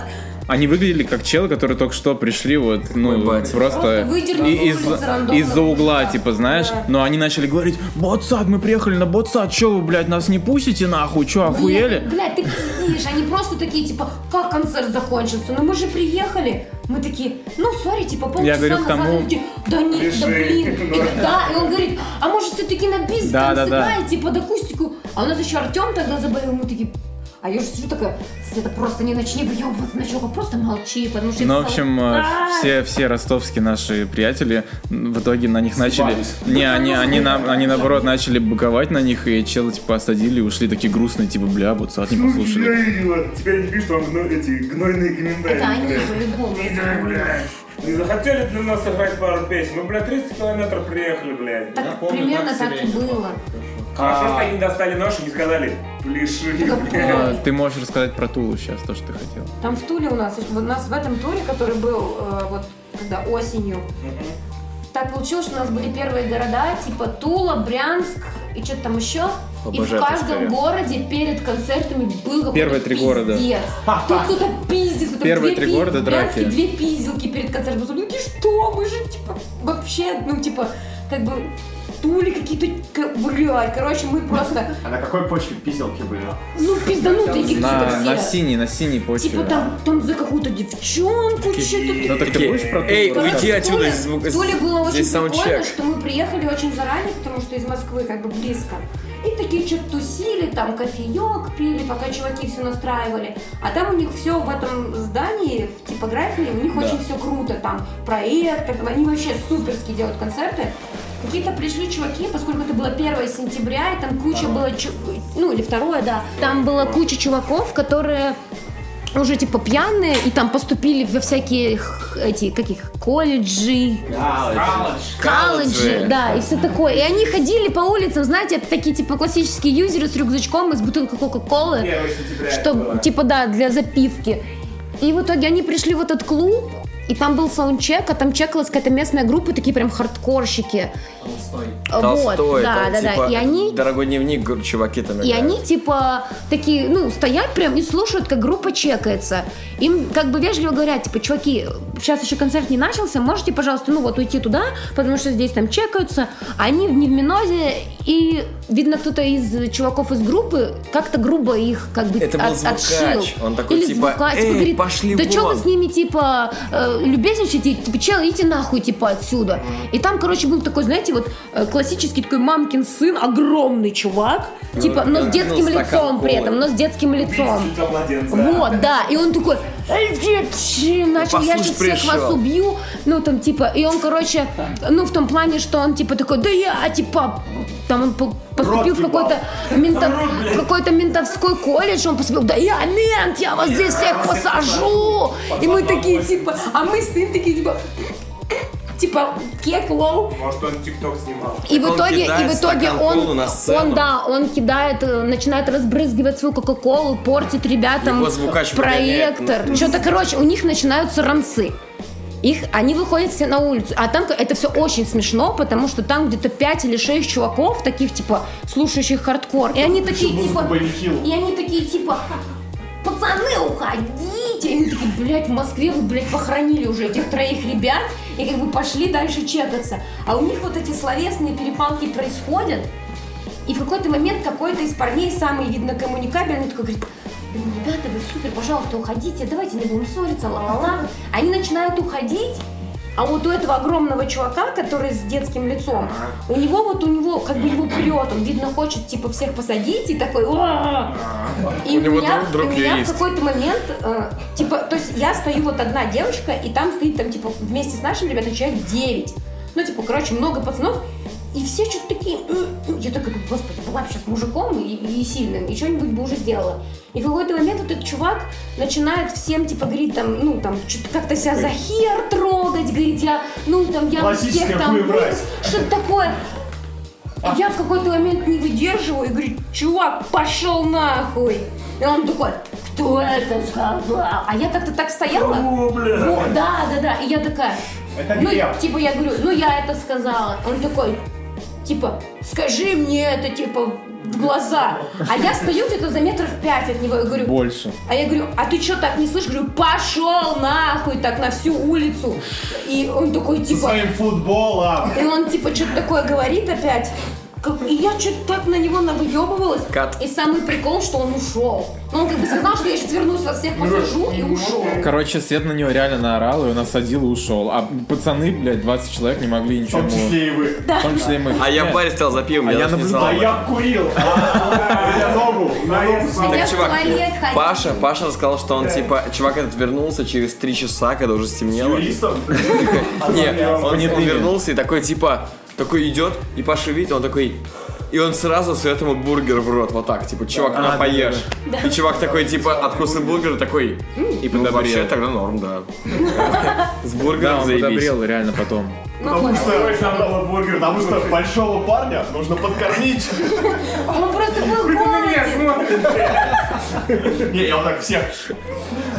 Они выглядели как челы, которые только что пришли вот, ну, батя. просто, Просто выдернули и- из, с улицы рандомно. из-за угла, типа, знаешь. Да. Но они начали говорить, Ботсад, мы приехали на Ботсад, чё вы, блядь, нас не пустите нахуй, чё, Нет, охуели? Блядь, ты пиздишь. Они просто такие, типа, как концерт закончился? Ну мы же приехали. Мы такие, ну, сори, типа, полчаса Я говорю к назад. тому- Они такие, да нет, да блин. И- да, и он говорит, а может все-таки на бис Да, там да, да. сыграете под акустику? А у нас еще Артем тогда заболел, мы такие, а я же сижу такая, это просто не начни выебываться на чувака, просто молчи, потому что... я Ну, в писала, общем, э, «А, все, все ростовские наши приятели м, в итоге на них начали... Съебались. Не, они, они, нам, они наоборот начали быковать на них, и челы, типа, осадили и ушли такие грустные, типа, бля, Ботсад Ну, не послушали. Теперь не пишут вам гно- эти гнойные комментарии. Это они блядь. по-любому. Лидеры, блядь. Не захотели для нас сыграть пару песен? Мы, блядь, 300 километров приехали, блядь. Так примерно так и было. А. Хорошо, что они достали нож и не сказали «Пляши, блядь». Э, Ты можешь рассказать про Тулу сейчас, то, что ты хотел. Там в Туле у нас, у нас в этом туре, который был э, вот когда осенью, Мгм. так получилось, что у нас были первые города, типа Тула, Брянск и что-то там еще. Обожаю и в каждом Пискаря. городе перед концертами был какой-то Первые три города. пиздец. Тут кто-то пиздится, там Первые две три пи- города в Брянске драки. две пизилки перед концертом. Ну такие, что, мы же, типа, вообще, ну, типа, как бы, в Туле какие-то, к- блядь, короче, мы просто, А на какой почве пизелки были? ну, пизданутые какие-то На, Типа все. на синий, на синий почве. Типа там, там за какую-то девчонку, что-то Ну так ты Такие, будешь про Тулу «Эй, рассказывать?» уйди отсюда, Туле- из- в из- Туле было очень здесь прикольно, саундчек». что мы приехали очень заранее, потому что из Москвы как бы близко. И такие что-то тусили, там кофеек пили, пока чуваки все настраивали. А там у них все в этом здании, в типографии, у них очень все круто. Там проектор, там они вообще суперски делают концерты. Какие-то пришли чуваки, поскольку это было 1 сентября, и там куча было, чу- ну или второе, да, там была куча чуваков, которые уже типа пьяные и там поступили во всякие х- эти каких колледжи, колледжи, да, и все такое. И они ходили по улицам, знаете, это такие типа классические юзеры с рюкзачком и с бутылкой кока-колы, 1 сентября это было. что типа да для запивки. И в итоге они пришли в этот клуб. И там был саундчек, а там чекалась какая-то местная группа, такие прям хардкорщики. Толстой. Вот, Толстой, да, там, да, да. типа, И они Дорогой дневник, гу- чуваки там и играют. они типа такие, ну, стоят прям и слушают, как группа чекается. Им как бы вежливо говорят, типа, чуваки, сейчас еще концерт не начался, можете, пожалуйста, ну вот уйти туда, потому что здесь там чекаются. Они в невминозе, и видно, кто-то из чуваков из группы как-то грубо их как бы Это был от- звукач. отшил. Он такой, Или типа, звукач, «Эй, говорит, пошли да вон». что вы с ними, типа, э, любезничаете, типа, чел, идите нахуй, типа, отсюда. И там, короче, был такой, знаете, вот э, классический такой мамкин сын, огромный чувак, типа, но с да, детским ну, стакан лицом при колы. этом, но с детским лицом. Вот, да, и он такой, «Эй, че, че, начал, я Ну, послушай, сейчас всех вас пришел». убью, ну, там, типа, и он, короче, ну, в том плане, что он, типа, такой, да я, типа, там он по- поступил в какой-то ментов- в какой-то ментовской колледж, он поступил, да я мент, я вас здесь всех посажу, и мы такие, типа, а мы с ним такие, типа, типа, кек лоу, Может, он ТикТок снимал. и в Он итоге, и кидает в итоге стакан колы он, на он, сцену. да, он кидает, э, начинает разбрызгивать свою кока-колу, портит ребятам Его звукач выгоняет ну. проектор. Что-то, короче, у них начинаются ранцы. Их, они выходят все на улицу. А там это все очень смешно, потому что там где-то 5 или 6 чуваков, таких типа слушающих хардкор. И они такие типа. И они такие типа. Пацаны, уходите! И они такие, блядь, в Москве вы, блядь, похоронили уже этих троих ребят и как бы пошли дальше чекаться. А у них вот эти словесные перепалки происходят, и в какой-то момент какой-то из парней, самый, видно, коммуникабельный, такой говорит, «Блин, ребята, вы супер, пожалуйста, уходите, давайте не будем ссориться, ла-ла-ла. Они начинают уходить, а вот у этого огромного чувака, который с детским лицом, у него вот у него как бы его прет, он, видно, хочет типа всех посадить и такой «Уа!» И у, него меня, друг- друг и у меня в юрист. какой-то момент, э, типа, то есть я стою вот одна девочка, и там стоит там, типа, вместе с нашими ребятами человек 9. Ну, типа, короче, много пацанов, и все что-то такие, «М, м». я такая думаю, господи, была бы сейчас мужиком и, и сильным, и что-нибудь бы уже сделала. И в какой-то момент вот этот чувак начинает всем, типа, говорить там, ну, там, что-то как-то себя за хер трогать, говорит, я, ну, там, я вас всех там, вынес». что-то такое. И А Я в какой-то момент не выдерживаю и говорю, чувак, пошел нахуй. И он такой, кто это сказал? А я как-то так стояла. Во- да, да, да. И я такая, ну, типа, я говорю, ну я это сказала. Он такой, типа, скажи мне это, типа, в глаза. А я стою где-то за метров пять от него и говорю, Больше. а я говорю, а ты что так не слышишь? Говорю, пошел нахуй так на всю улицу. И он такой, типа... Своим футболом. И он типа что-то такое говорит опять. Как- И я что-то так на него навыебывалась. Кат. И самый прикол, что он ушел. Но он как бы сказал, что я сейчас вернусь, вас всех посажу и ушел. Короче, Свет на него реально наорал, и он осадил и ушел. А пацаны, блядь, 20 человек не могли В ничего. том числе и вы. В том числе и мы. А я в Нет. баре стоял за пивом, А я я даже не наблюдал. А знал. я курил. А, Я ногу. На ногу сам. А я Так, в чувак, туалет ходила. Паша, Паша рассказал, что он типа, чувак этот вернулся через три часа, когда уже стемнело. Юристом. Не, он, не он дымит. вернулся и такой типа, такой идет, и Паша видит, он такой, и он сразу с этому бургер в рот, вот так, типа, А, чувак, на, поешь. И чувак такой, типа, откусный бургер, такой, и ну, вообще тогда норм, да. С Да, бургером он заебись. подобрел реально потом. Ну, Потому что, потому что большого парня нужно подкормить. Он просто был голоден. Не, я вот так всех.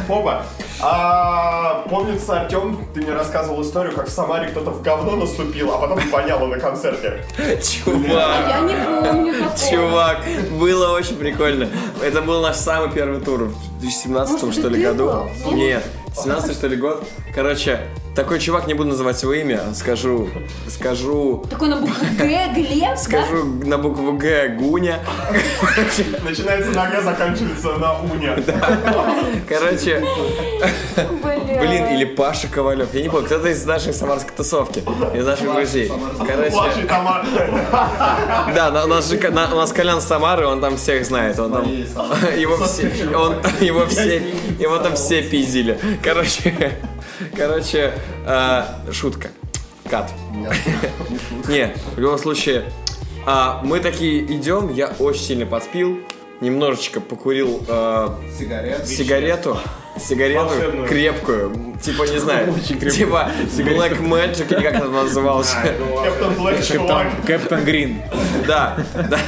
Опа. А, помнится, Артем, ты мне рассказывал историю, как в Самаре кто-то в говно наступил, а потом воняло на концерте. Чувак. Я не помню такого. Чувак, было очень прикольно. Это был наш самый первый тур в 2017 Может, что это ли ты году. был? Нет, 17 что ли год. Короче, такой чувак, не буду называть его имя, скажу, скажу, Такой на букву Г, Глеб, да? скажу на букву Г Гуня. Начинается на Г, заканчивается на Уне. Короче, Блин. блин, или Паша Ковалев, я не помню, кто-то из нашей самарской тусовки, из наших друзей. Младший Короче, Тамар. да, на- у нас же Ка- на- у нас Колян с Самары, он там всех знает, он там его все, он, его все, его там все пиздили. Короче, короче, э, шутка. Кат. Не, в любом случае, а, мы такие идем, я очень сильно подпил, немножечко покурил э, Сигарет. сигарету, сигарету Волшебную. крепкую, типа не знаю, типа Black Magic или как это назывался. Кэптон Блэк, чувак. Кэптон Грин. Да, да.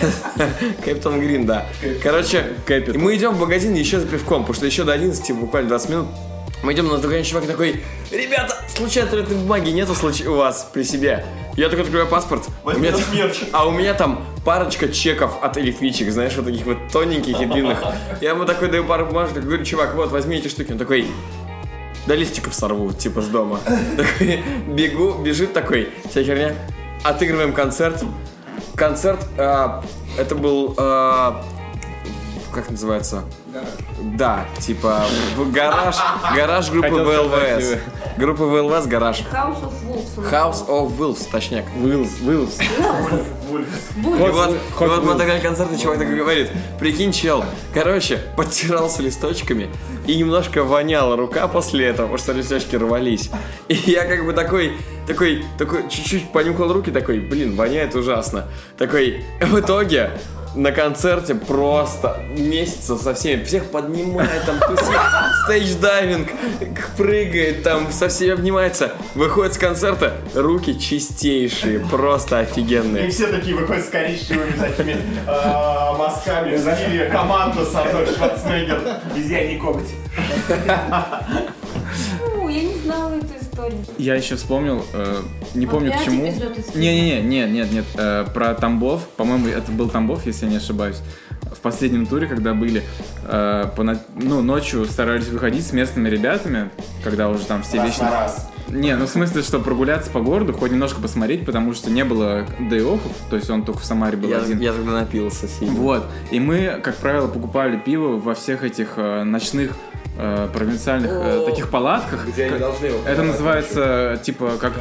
Кэптон Грин, да. Короче, Capital. и мы идем в магазин еще за пивком, потому что еще до 11, буквально 20 минут. Мы идем, у нас другой чувак такой, ребята, случайно туалетной бумаги нету случ- у вас при себе? Я только открываю паспорт. У Возьми меня наш там- мерч. а у меня там парочка чеков от электричек, знаешь, вот таких вот тоненьких и длинных. Я ему такой даю пару бумажек, говорю, чувак, вот, возьми эти штуки. Он такой, да листиков сорву, типа, с дома. Такой, бегу, бежит такой, вся херня. Отыгрываем концерт. Концерт, э, это был, э, как называется? Да, типа, в гараж, гараж группы Хотел сказать, типа. ВЛВС. Группа ВЛВС гараж. House of Wolves. он House of Wolves, точняк. Вылз, вылз. И вот, и Hot вот мы Wheels. отыграли концерт, и чувак такой говорит, прикинь, чел, короче, подтирался листочками, и немножко воняла рука после этого, потому что листочки рвались. И я как бы такой, такой, такой, чуть-чуть понюхал руки, такой, блин, воняет ужасно. Такой, в итоге, на концерте просто месяца со всеми, всех поднимает, там тусит, стейдж-дайвинг, к- прыгает, там со всеми обнимается, выходит с концерта, руки чистейшие, просто И офигенные. все такие выходят с коричневыми такими э, мазками. В стиле команда с Арнольд Шварценеггер. Обезьяний коготь. Фу, я не знала эту историю. Я еще вспомнил, э, не А помню к пять чему. эпизод из фильма. Не-не-не, нет, нет, нет. э, про Тамбов, по-моему, это был Тамбов, если я не ошибаюсь. В последнем туре, когда были, э, по на- ну, ночью старались выходить с местными ребятами, когда уже там все Раз вечно... на раз. Не, ну в смысле, что прогуляться по городу, хоть немножко посмотреть, потому что не было дейофов, то есть он только в Самаре был Я, один. я тогда напился сильно. Вот. И мы, как правило, покупали пиво во всех этих э, ночных э, провинциальных э, О. таких палатках. Где они Как- должны его Это называется, типа, как...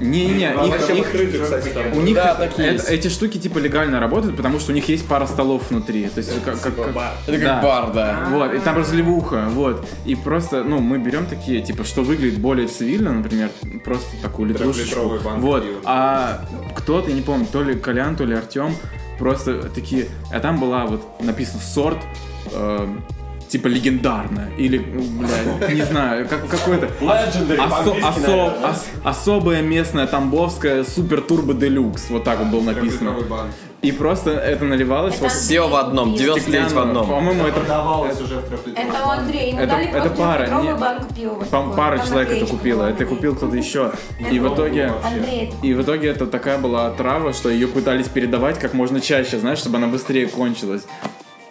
Не-не-не, их- Вообще их- открытый, кстати, там. у них Да, такие э- есть. эти штуки типа легально работают, потому что у них есть пара столов внутри. То есть это как, как- как- Это как Да. бар, да. Вот, и там разливуха, вот. И просто, ну, мы берем такие, типа, что выглядит более цивильно, например, просто такую литрушечку. Трехлитровую банку Вот, пива. а кто-то, я не помню, то ли Колян, то ли Артем, просто такие... А там была вот написано сорт, э, типа, легендарная, или, м, блядь, не знаю, как, какой-то... Legendary, Осо- по-английски, осо- наверное, да? ос- особая местная тамбовская супер турбо делюкс. Вот так вот было написано. Трехлитровый банк. И просто это наливалось Это вот Андрей Все в одном, купил. 99 в одном. По-моему, это Продавалось уже. Это у Андрея. Ему Это- дали это просто пара, литровую не- банку пива. вот Там такую. пара Там человек это наклеечка купила, была это Андрея. купил кто-то еще. И в итоге... Андрей, это И в итоге это такая была трава, что ее пытались передавать как можно чаще, знаешь, чтобы она быстрее кончилась.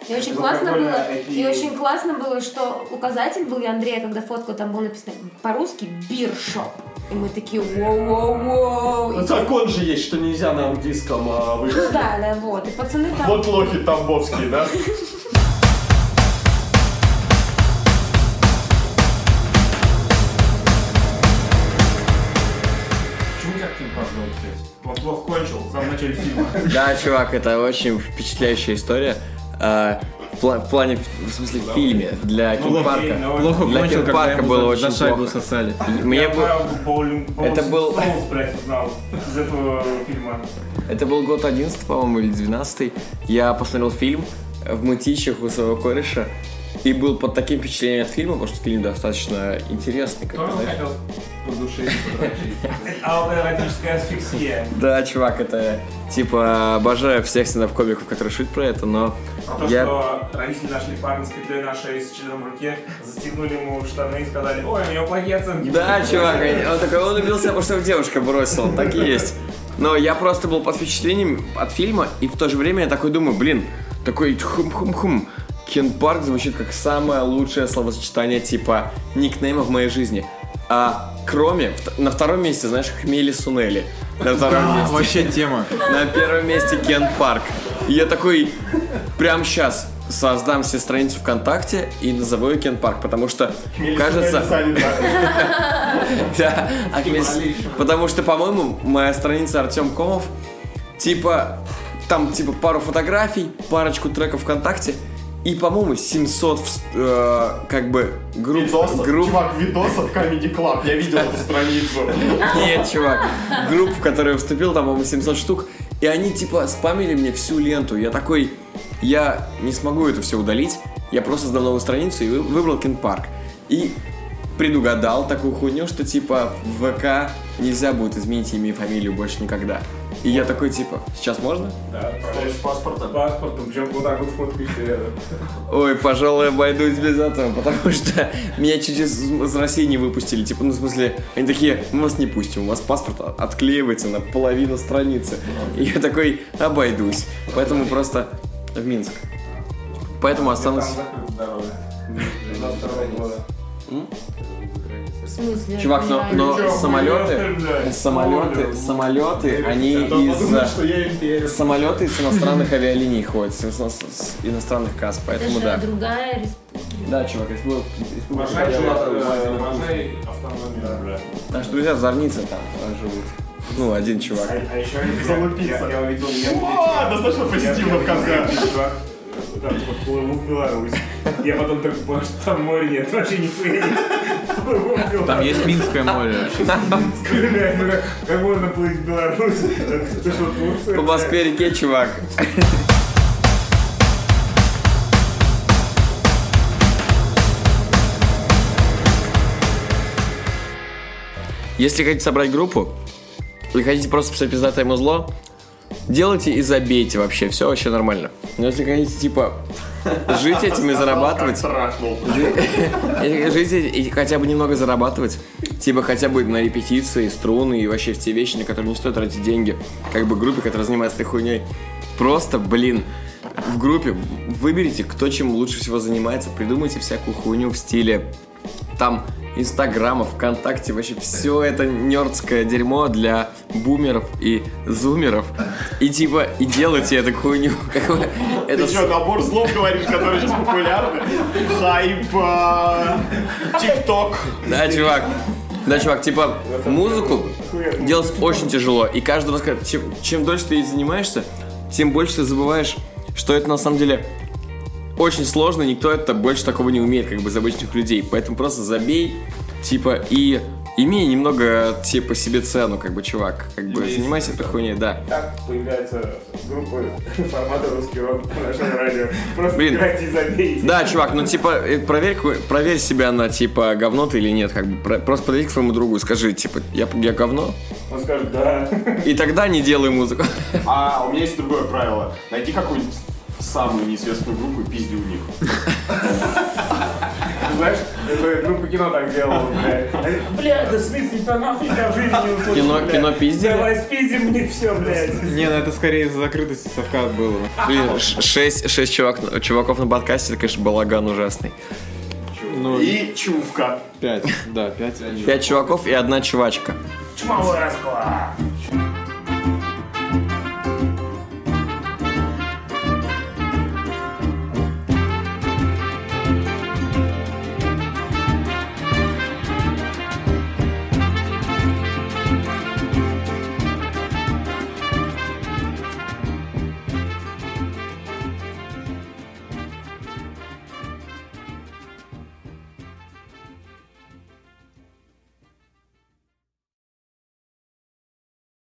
И очень Ну, классно прикольно, было, эти- и очень классно было, что указатель был, и Андрея, когда фотку там было написано по-русски «Биршоп». И мы такие «Воу-воу-воу». Ну, И- Закон же есть, что нельзя на английском а, вы- Ну да, да, вот. И пацаны там... Вот лохи тамбовские, да? Почему тебя фильм позвал, кстати? Он плохо кончил в самом начале фильма. Да, чувак, это очень впечатляющая история. А, В пла- в плане, в смысле, в фильме для Ну, окей, Кингпарка. но- Плохо Для кончил, когда Кирпака ему было за- очень за шайбу плохо. сосали. Мне был, Это Это был- был... Соус, блядь, узнал из этого фильма. это был год 11, по-моему, или 12. Я посмотрел фильм в мытищах у своего кореша и был под таким впечатлением от фильма, потому что фильм достаточно интересный. Как Тоже бы, знаешь. хотел аутоэротическая асфиксия. Да, чувак, это типа обожаю всех стендап-комиков, которые шут про это, но А то, Я- что родители нашли парня с петлей на шее с членом в руке, застегнули ему штаны и сказали, ой, у него плохие оценки. Да, были». чувак, он такой, он убил себя, потому что его девушка бросила, так и есть. Но я просто был под впечатлением от фильма, и в то же время я такой думаю, блин, такой хум-хум-хум. Кен Парк звучит как самое лучшее словосочетание типа никнейма в моей жизни. А кроме, в- на втором месте, знаешь, Хмели Сунели. На втором месте. Вообще тема. На первом месте Кен Парк. И я такой, прям сейчас создам себе страницу ВКонтакте и назову ее Кен Парк, потому что, кажется... Да, а вместе- потому что, по-моему, моя страница Артем Комов, типа, там, типа, пару фотографий, парочку треков ВКонтакте, и, по-моему, 700, вс- э, как бы, групп... Видосов, групп... чувак, видосов Comedy Club, я видел эту страницу. Нет, чувак. Групп, в которую я вступил, там, по-моему, 700 штук. И они, типа, спамили мне всю ленту. Я такой, я не смогу это все удалить. Я просто создал новую страницу и вы- выбрал Кинг-парк. И предугадал такую хуйню, что, типа, в ВК нельзя будет изменить имя и фамилию больше никогда. И я такой, типа, сейчас можно? Да, С паспортом. паспортом, причем вот так вот фотку еще рядом. Ой, пожалуй, обойдусь без этого, потому что меня чуть из, из России не выпустили. Типа, ну, в смысле, они такие, мы вас не пустим, у вас паспорт от- отклеивается на половину страницы. И я такой, обойдусь. Поэтому просто в Минск. Поэтому останусь... Там закрыта дорога. 92 года. В смысле? Чувак, но, Реально. но Чё, самолеты, хуёв ты, блядь? самолеты, Ой, самолеты, они А то подумают, из... что я имперец. Самолеты из иностранных авиалиний ходят, с, ино- с иностранных касс, Это поэтому же да. другая республика. Да, чувак, республика. республика Уважай, Беларусь. э, уважай автономию, бля. Так что друзья зорницы там э, живут. Ну, один А, чувак. а еще они Залупиться. Я, я увидел мем, где О, достаточно позитивно в конце. чувак, э, там типа плыву в Беларусь. Я потом так понял, что там моря нет, вообще не поедет. Плыву в Беларусь. Там есть Минское море вообще. Блядь, ну как- Как можно плыть в Беларусь? Ты что, Турция? По Москве реке, чувак. Если хотите собрать группу, или хотите просто писать пиздатое музло, делайте и забейте вообще, все вообще нормально. Но если хотите, типа, жить этим и зарабатывать, Трахнул. Э, Жить и хотя бы немного зарабатывать. Типа хотя бы на репетиции, струны и вообще в те вещи, на которые не стоит тратить деньги. Как бы группе, которая занимается этой хуйней. Просто, блин, в группе выберите, кто чем лучше всего занимается. Придумайте всякую хуйню в стиле там Инстаграма, ВКонтакте, вообще все это нердское дерьмо для бумеров и зумеров. И типа, и делайте эту хуйню. Как бы, это Ты что, набор слов говоришь, которые сейчас популярны? Хайп, а, тикток. Да, чувак. Да, чувак, типа, музыку делать очень тяжело. И каждый раз, как- чем, чем дольше ты ей занимаешься, тем больше ты забываешь, что это на самом деле очень сложно, никто это больше такого не умеет, как бы из обычных людей. Поэтому просто забей, типа, и имей немного, типа, себе цену, как бы, чувак. Как бы, занимайся этой хуйней, да. Так появляются группы формата русский рок на нашем радио. Просто Блин. играйте и забейте. Да, чувак, ну типа, э, проверь, ку- проверь себя на типа говно ты или нет, как бы Про- просто подойди к своему другу и скажи, типа, я, я говно. Он скажет, да. И тогда не делай музыку. А, у меня есть другое правило. Найди какую-нибудь самую неизвестную группу и пизди у них. Знаешь, это группа кино так делала, бля. Они, Бля, да Смит, не то нахуй, я в жизни не услышал, Кино- бля. кино пиздили? Давай спиздим мне все, блядь. Не, ну это скорее из-за закрытости совка было. Блин, ш- шесть, шесть чувак, на- чуваков на подкасте, это, конечно, балаган ужасный. Ну, И чувка. пять. Да, пять. Пять чуваков и одна чувачка. Чумовой расклад.